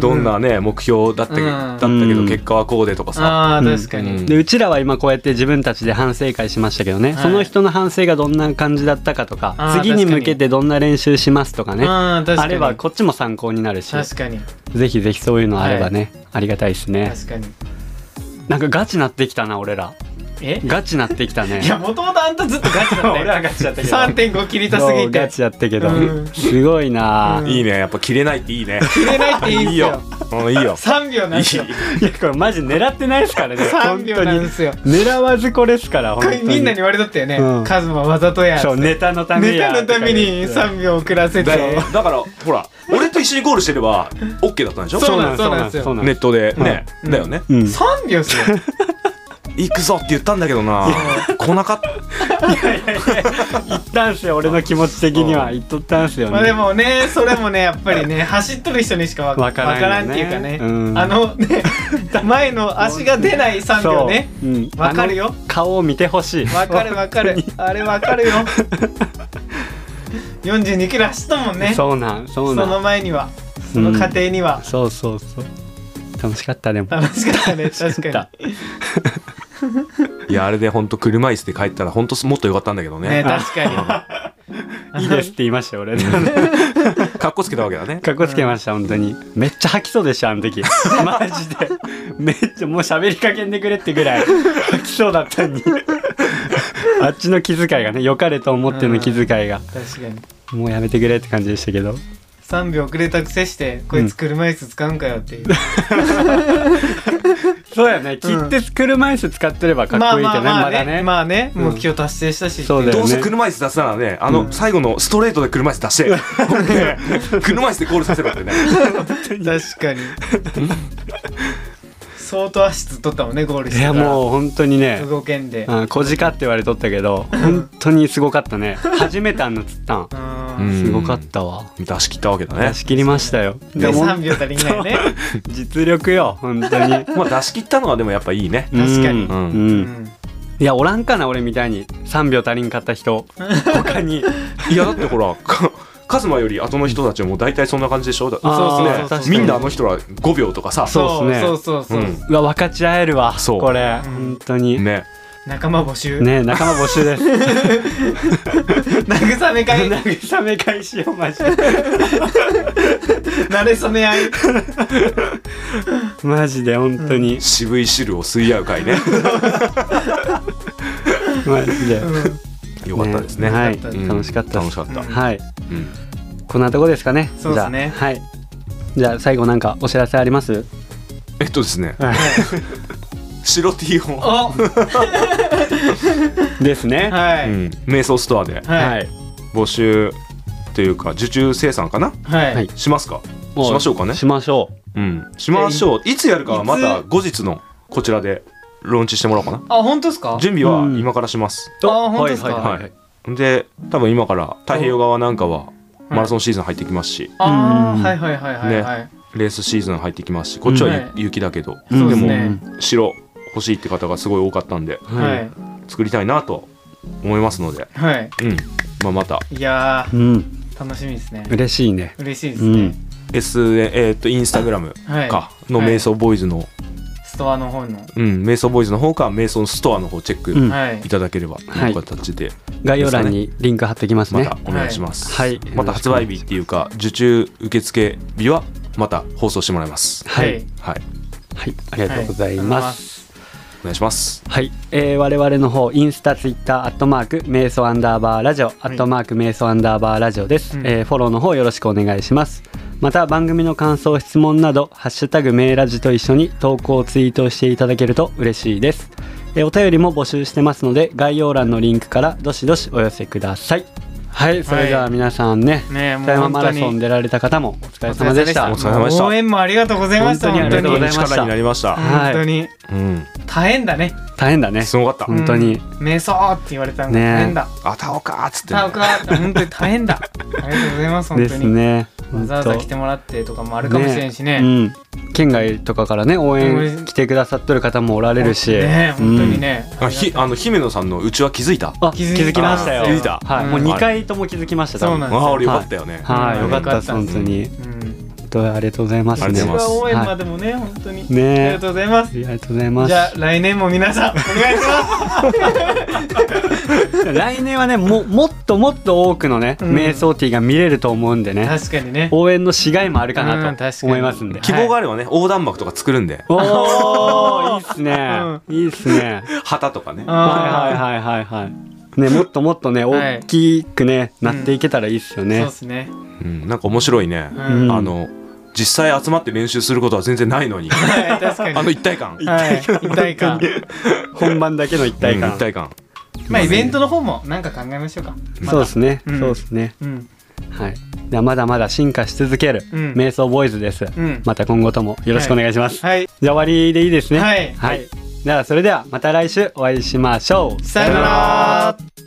Speaker 3: どんなね目標だったけ,、
Speaker 1: うん
Speaker 3: だったけど結果はこうでとかさ、
Speaker 1: ああ
Speaker 2: うん
Speaker 1: 確かに、
Speaker 3: うん
Speaker 2: でうちらは今こうやって自分たちで反省会しましたけどね、
Speaker 1: はい
Speaker 2: その人の反省がどんな感じだったかと
Speaker 1: あ
Speaker 2: か
Speaker 1: ー
Speaker 2: 次に向けてどんな練習しますとかね
Speaker 1: あー確かに
Speaker 2: あればこっちも参考になるし
Speaker 1: 確かに
Speaker 2: ぜひぜひそういうのあればね、ありがたいですね
Speaker 1: 確かに
Speaker 2: なんかガチなってきたな俺ら
Speaker 1: え
Speaker 2: ガチなって
Speaker 1: [LAUGHS]
Speaker 2: きたね
Speaker 1: いやもともとあんたずっとガチだったよ
Speaker 2: [LAUGHS] 俺はガチだったけど
Speaker 1: 3.5切りたすぎて
Speaker 2: ガチやったけど、
Speaker 1: うん
Speaker 2: すごいなあ、
Speaker 1: うん
Speaker 2: い
Speaker 3: いいねやっぱ切れないっていいね
Speaker 1: 切れないっていいんすよ
Speaker 3: うんいいよ
Speaker 1: 3秒なんですよ
Speaker 2: やこれマジ狙ってないですからね
Speaker 1: 3秒なんですよ
Speaker 2: 狙わずこれですから本
Speaker 1: こ
Speaker 2: 当
Speaker 1: れ
Speaker 2: に
Speaker 1: みんなに言われとったよね、
Speaker 2: うん
Speaker 1: カズマわざとや
Speaker 2: そうネタのため
Speaker 1: ネ
Speaker 2: や
Speaker 1: タのために
Speaker 2: とか言って
Speaker 1: 3秒遅らせて
Speaker 3: だよだからほら俺と一緒にゴールしてれば OK だったんでしょ
Speaker 1: そう
Speaker 2: そう
Speaker 1: な
Speaker 2: なんん
Speaker 1: そうなんですよ
Speaker 2: そうなん
Speaker 3: ネ
Speaker 2: で
Speaker 3: ットでね、
Speaker 1: うん
Speaker 3: だよね、
Speaker 2: すよ
Speaker 1: 3秒っす
Speaker 2: [LAUGHS]
Speaker 1: よ
Speaker 3: 行くぞって言ったんだけどな来なかった
Speaker 2: うん言ったんすよ俺の気持ち的には言っとったんすよ
Speaker 1: まあ
Speaker 2: ね
Speaker 1: でもねそれもねやっぱりね走っとる人にしかわ
Speaker 2: わからんよね
Speaker 1: わっていうかね、
Speaker 2: うん
Speaker 1: あのね前の足が出ない3秒ね
Speaker 2: そううん
Speaker 1: わかるよ
Speaker 2: あの顔を見てほしい
Speaker 1: わかるわかるあれわかるよ42キロ走ったもんねそ
Speaker 2: そうなんそうな
Speaker 1: の
Speaker 2: ん
Speaker 1: 前にはその過程には、
Speaker 2: そうそうそう楽しかったでも
Speaker 1: 楽しかったね確
Speaker 2: 楽しか
Speaker 1: か
Speaker 2: っ
Speaker 3: いやあれで本当車椅子で帰ったら本当もっと良かったんだけど
Speaker 1: にね
Speaker 3: ね
Speaker 1: 確
Speaker 2: [LAUGHS]
Speaker 1: か
Speaker 2: いいですって言いました
Speaker 1: [LAUGHS]
Speaker 2: よ俺
Speaker 3: かっこつけたわけだね
Speaker 2: かっこつけました、本当にめっちゃ吐きそうでしたあの
Speaker 1: [LAUGHS]
Speaker 2: 時マジでめっちゃもう喋りかけんでくれってぐらい吐きそうだったのにあっちの気遣いがね良かれと思っての気遣いが
Speaker 1: に確かに
Speaker 2: もうやめてくれって感じでしたけど
Speaker 1: 3秒遅れたくせしてこいつ車椅子使うんかよっていう、
Speaker 2: そうやね切って車椅子使ってればかっこいいけど
Speaker 1: まあま
Speaker 2: ね
Speaker 1: あまあ
Speaker 2: まだね
Speaker 1: まあね
Speaker 2: うん
Speaker 1: 目標達成したし、
Speaker 2: そうだよ
Speaker 3: どうせ車椅子出すならねあの最後のストレートで車椅子出して、車椅子でゴールさせろってね
Speaker 1: 確かに相当足つっとったもんねゴールし
Speaker 2: い
Speaker 1: てか
Speaker 2: や
Speaker 1: ら
Speaker 2: もう本当にね
Speaker 1: 動けんで
Speaker 2: うん小鹿って言われとったけど本当にすごかったね初めてあんな釣ったん
Speaker 1: うん
Speaker 3: うん
Speaker 2: すごかったわ
Speaker 3: 出し切ったわけだね
Speaker 2: 出し切りましたよ
Speaker 1: で
Speaker 2: でも
Speaker 1: 3秒足りないよね
Speaker 2: 実力よ本当
Speaker 1: [LAUGHS]
Speaker 2: に
Speaker 3: まあ出し切ったのはでもやっぱいいね
Speaker 1: 確かに
Speaker 2: [LAUGHS] う
Speaker 3: うん
Speaker 2: ん、
Speaker 1: う
Speaker 2: うん
Speaker 1: ん
Speaker 2: いやおらんかな俺みたいに3秒足りんかった人他に
Speaker 3: いやだってほらかカズマより後の人たちはもう大体そんな感じでしょだ
Speaker 2: あー
Speaker 1: そうそう
Speaker 3: ね
Speaker 1: そうそう
Speaker 2: 確かに
Speaker 3: みんなあの人ら5秒とかさ
Speaker 2: そうっすね
Speaker 1: そうそうそう、
Speaker 3: うん
Speaker 2: うわ分かち合えるわ
Speaker 3: そう
Speaker 2: これ
Speaker 1: うん
Speaker 2: 本当にね
Speaker 3: ね
Speaker 1: 仲間募集、
Speaker 2: 仲間募集です
Speaker 1: 慰め会
Speaker 2: 慰め返しようマジで
Speaker 1: [LAUGHS] 慣れ初め合い
Speaker 2: マジで本当に、
Speaker 3: 渋い汁を吸い合う会ね
Speaker 2: マジで、
Speaker 3: よかったですね
Speaker 2: はい
Speaker 3: うん
Speaker 2: 楽しかったで
Speaker 3: 楽し
Speaker 2: す
Speaker 3: かった、
Speaker 2: はい
Speaker 3: うん
Speaker 2: こんなとこですかね
Speaker 1: そうっすね
Speaker 2: じゃあはいじゃあ最後なんかお知らせあります
Speaker 3: えっとですね
Speaker 2: はい
Speaker 3: 白 T を、
Speaker 1: お
Speaker 2: [LAUGHS] ですねは
Speaker 1: は
Speaker 3: う
Speaker 1: い、
Speaker 3: ん、瞑想ストアで
Speaker 1: はい
Speaker 2: い
Speaker 3: 募集というか受注生産かな
Speaker 1: はい、
Speaker 2: はい
Speaker 3: しますか
Speaker 2: もう
Speaker 3: しましょうかね
Speaker 2: しましょう
Speaker 3: うんしましょういつやるかはまた後日のこちらでローンチしてもらおうかな
Speaker 1: あ本当ですか
Speaker 3: 準備は
Speaker 2: うん
Speaker 3: 今からします、
Speaker 1: あ本当ですか
Speaker 2: はいはいはい
Speaker 3: はいで多分今から太平洋側なんかはマラソンシーズン入ってきますし、
Speaker 1: あ
Speaker 2: うん
Speaker 1: あはいはいはいはいはい、
Speaker 3: レースシーズン入ってきますしこっちはゆ
Speaker 1: うんはい
Speaker 3: 雪だけど、
Speaker 1: そうで
Speaker 3: で
Speaker 1: す
Speaker 3: も
Speaker 1: ね
Speaker 3: 白欲しいって方がすごい多かったんで
Speaker 1: はい
Speaker 3: 作りたいなと思いますので、
Speaker 1: はい
Speaker 3: うんまあ、また
Speaker 1: いや
Speaker 2: うん
Speaker 1: ー楽しみですね
Speaker 2: 嬉しいね
Speaker 1: 嬉しいですね、
Speaker 3: S えーっとインスタグラム
Speaker 1: はい
Speaker 3: かの
Speaker 1: はい
Speaker 3: 瞑想ボーイズの、
Speaker 1: ストアの方の、
Speaker 3: うん、瞑想ボーイズの方か瞑想ストアの方チェック
Speaker 2: うん
Speaker 1: はい
Speaker 3: いただければと
Speaker 2: はいいう
Speaker 3: 形で、
Speaker 2: 概要欄にリンク貼ってきます
Speaker 3: ま
Speaker 2: ね
Speaker 3: たお願いします、
Speaker 2: はい
Speaker 3: また発売日っていうか受注受付日はまた放送してもらいます
Speaker 2: はい
Speaker 1: はい
Speaker 3: は
Speaker 2: は
Speaker 3: い
Speaker 2: いありがとうございます
Speaker 3: お願いします
Speaker 2: はい、えー、我々の方インスタツイッターアットマーク瞑想アンダーバーラジオアットマーク瞑想アンダーバーラジオです、
Speaker 1: うん
Speaker 2: えーフォローの方よろしくお願いしますまた番組の感想質問など「ハッシュタグ瞑ラジ」と一緒に投稿ツイートしていただけると嬉しいです、えーお便りも募集してますので概要欄のリンクからどしどしお寄せくださいはいそれでは皆さんね、
Speaker 1: ねえもう
Speaker 2: 富山マラ
Speaker 1: 本
Speaker 2: ソ
Speaker 1: 当
Speaker 2: ン
Speaker 1: に
Speaker 2: 出られた方もお疲れ様でした
Speaker 3: お疲れ様でした
Speaker 1: 応援もありがとうございました
Speaker 2: 本
Speaker 1: 本
Speaker 2: 当
Speaker 1: 当
Speaker 2: に
Speaker 1: に
Speaker 2: ありがとうございました
Speaker 3: 力になりました、
Speaker 2: は
Speaker 1: 本
Speaker 2: い
Speaker 1: 当に
Speaker 3: うん
Speaker 1: 大変だね
Speaker 2: 大変だね
Speaker 3: すごかった、
Speaker 2: 本当に
Speaker 1: うん瞑想って言われたのが
Speaker 2: ねえ
Speaker 1: 大変だ
Speaker 3: あたおかーっつって、ね、
Speaker 1: あお母さん本当に大変だありがとうございます本
Speaker 2: で
Speaker 1: 当
Speaker 2: す
Speaker 1: に、
Speaker 2: ね
Speaker 1: わざわざ来てもらってとかもあるかもしれんしねね
Speaker 2: うん、県外とかからね応
Speaker 1: う
Speaker 2: 援
Speaker 1: ん
Speaker 2: 来てくださってる方もおられるし、
Speaker 1: え本当にね、
Speaker 3: あひあの姫野さんのうちは気づいた
Speaker 2: うん、あ気
Speaker 1: 気づい
Speaker 2: づきましたよ
Speaker 3: 気づいた
Speaker 2: はい、
Speaker 1: うん
Speaker 2: もう2回とも気づきました
Speaker 1: そうなんです
Speaker 3: ああ
Speaker 1: よ
Speaker 3: 俺よかったよね、
Speaker 2: はい、
Speaker 1: うん
Speaker 2: よかったです
Speaker 1: よか
Speaker 2: 本
Speaker 1: った
Speaker 2: 当に
Speaker 1: うん
Speaker 2: 本当にありがとうございます
Speaker 3: ありがとうございます
Speaker 1: 応援までもね、本当に、
Speaker 2: ねえ
Speaker 1: ありがとうございます
Speaker 2: ありがとうございます
Speaker 1: じゃあ来年も皆さんお願いします
Speaker 2: 来年はねも [LAUGHS] もっともっと多くのね、
Speaker 1: うん
Speaker 2: 瞑想ティーが見れると思うんでね
Speaker 1: 確かにね
Speaker 2: 応援のしがいもあるか
Speaker 1: う
Speaker 2: なん
Speaker 1: 確か
Speaker 2: と
Speaker 1: に
Speaker 2: 思いますんで、
Speaker 3: 希望があればね横断幕とか作るんで
Speaker 2: おーいいっすね、いいっすね
Speaker 3: 旗とかね
Speaker 2: はい
Speaker 1: あ
Speaker 2: はいはいはいはいねもっともっとね
Speaker 1: はい
Speaker 2: 大きくね、なっていけたらいいっすよ
Speaker 1: ー
Speaker 2: ね、
Speaker 1: そうですね
Speaker 3: うん、なんか面白いね、
Speaker 1: うん
Speaker 2: うん
Speaker 3: あの実際集まって練習することは全然な
Speaker 2: [LAUGHS]
Speaker 3: いのに
Speaker 1: はい確かに
Speaker 3: あの一体感
Speaker 1: はい一体感
Speaker 2: 本番だけの一体
Speaker 3: うん
Speaker 2: 感
Speaker 3: 一。体感
Speaker 1: まあイベントの方もなんか考えましょうかまた
Speaker 2: そうですね、
Speaker 1: うん
Speaker 2: そうですね。
Speaker 1: うん
Speaker 2: はい。ではまだまだ進化し続ける、
Speaker 1: うん
Speaker 2: 瞑想ボーイズです、
Speaker 1: ん
Speaker 2: また今後ともよろしくお願いします。
Speaker 1: はい
Speaker 2: じゃあ終わりでいいですね。
Speaker 1: はい
Speaker 2: はい。ではそれではまた来週お会いしましょう。
Speaker 1: さよなら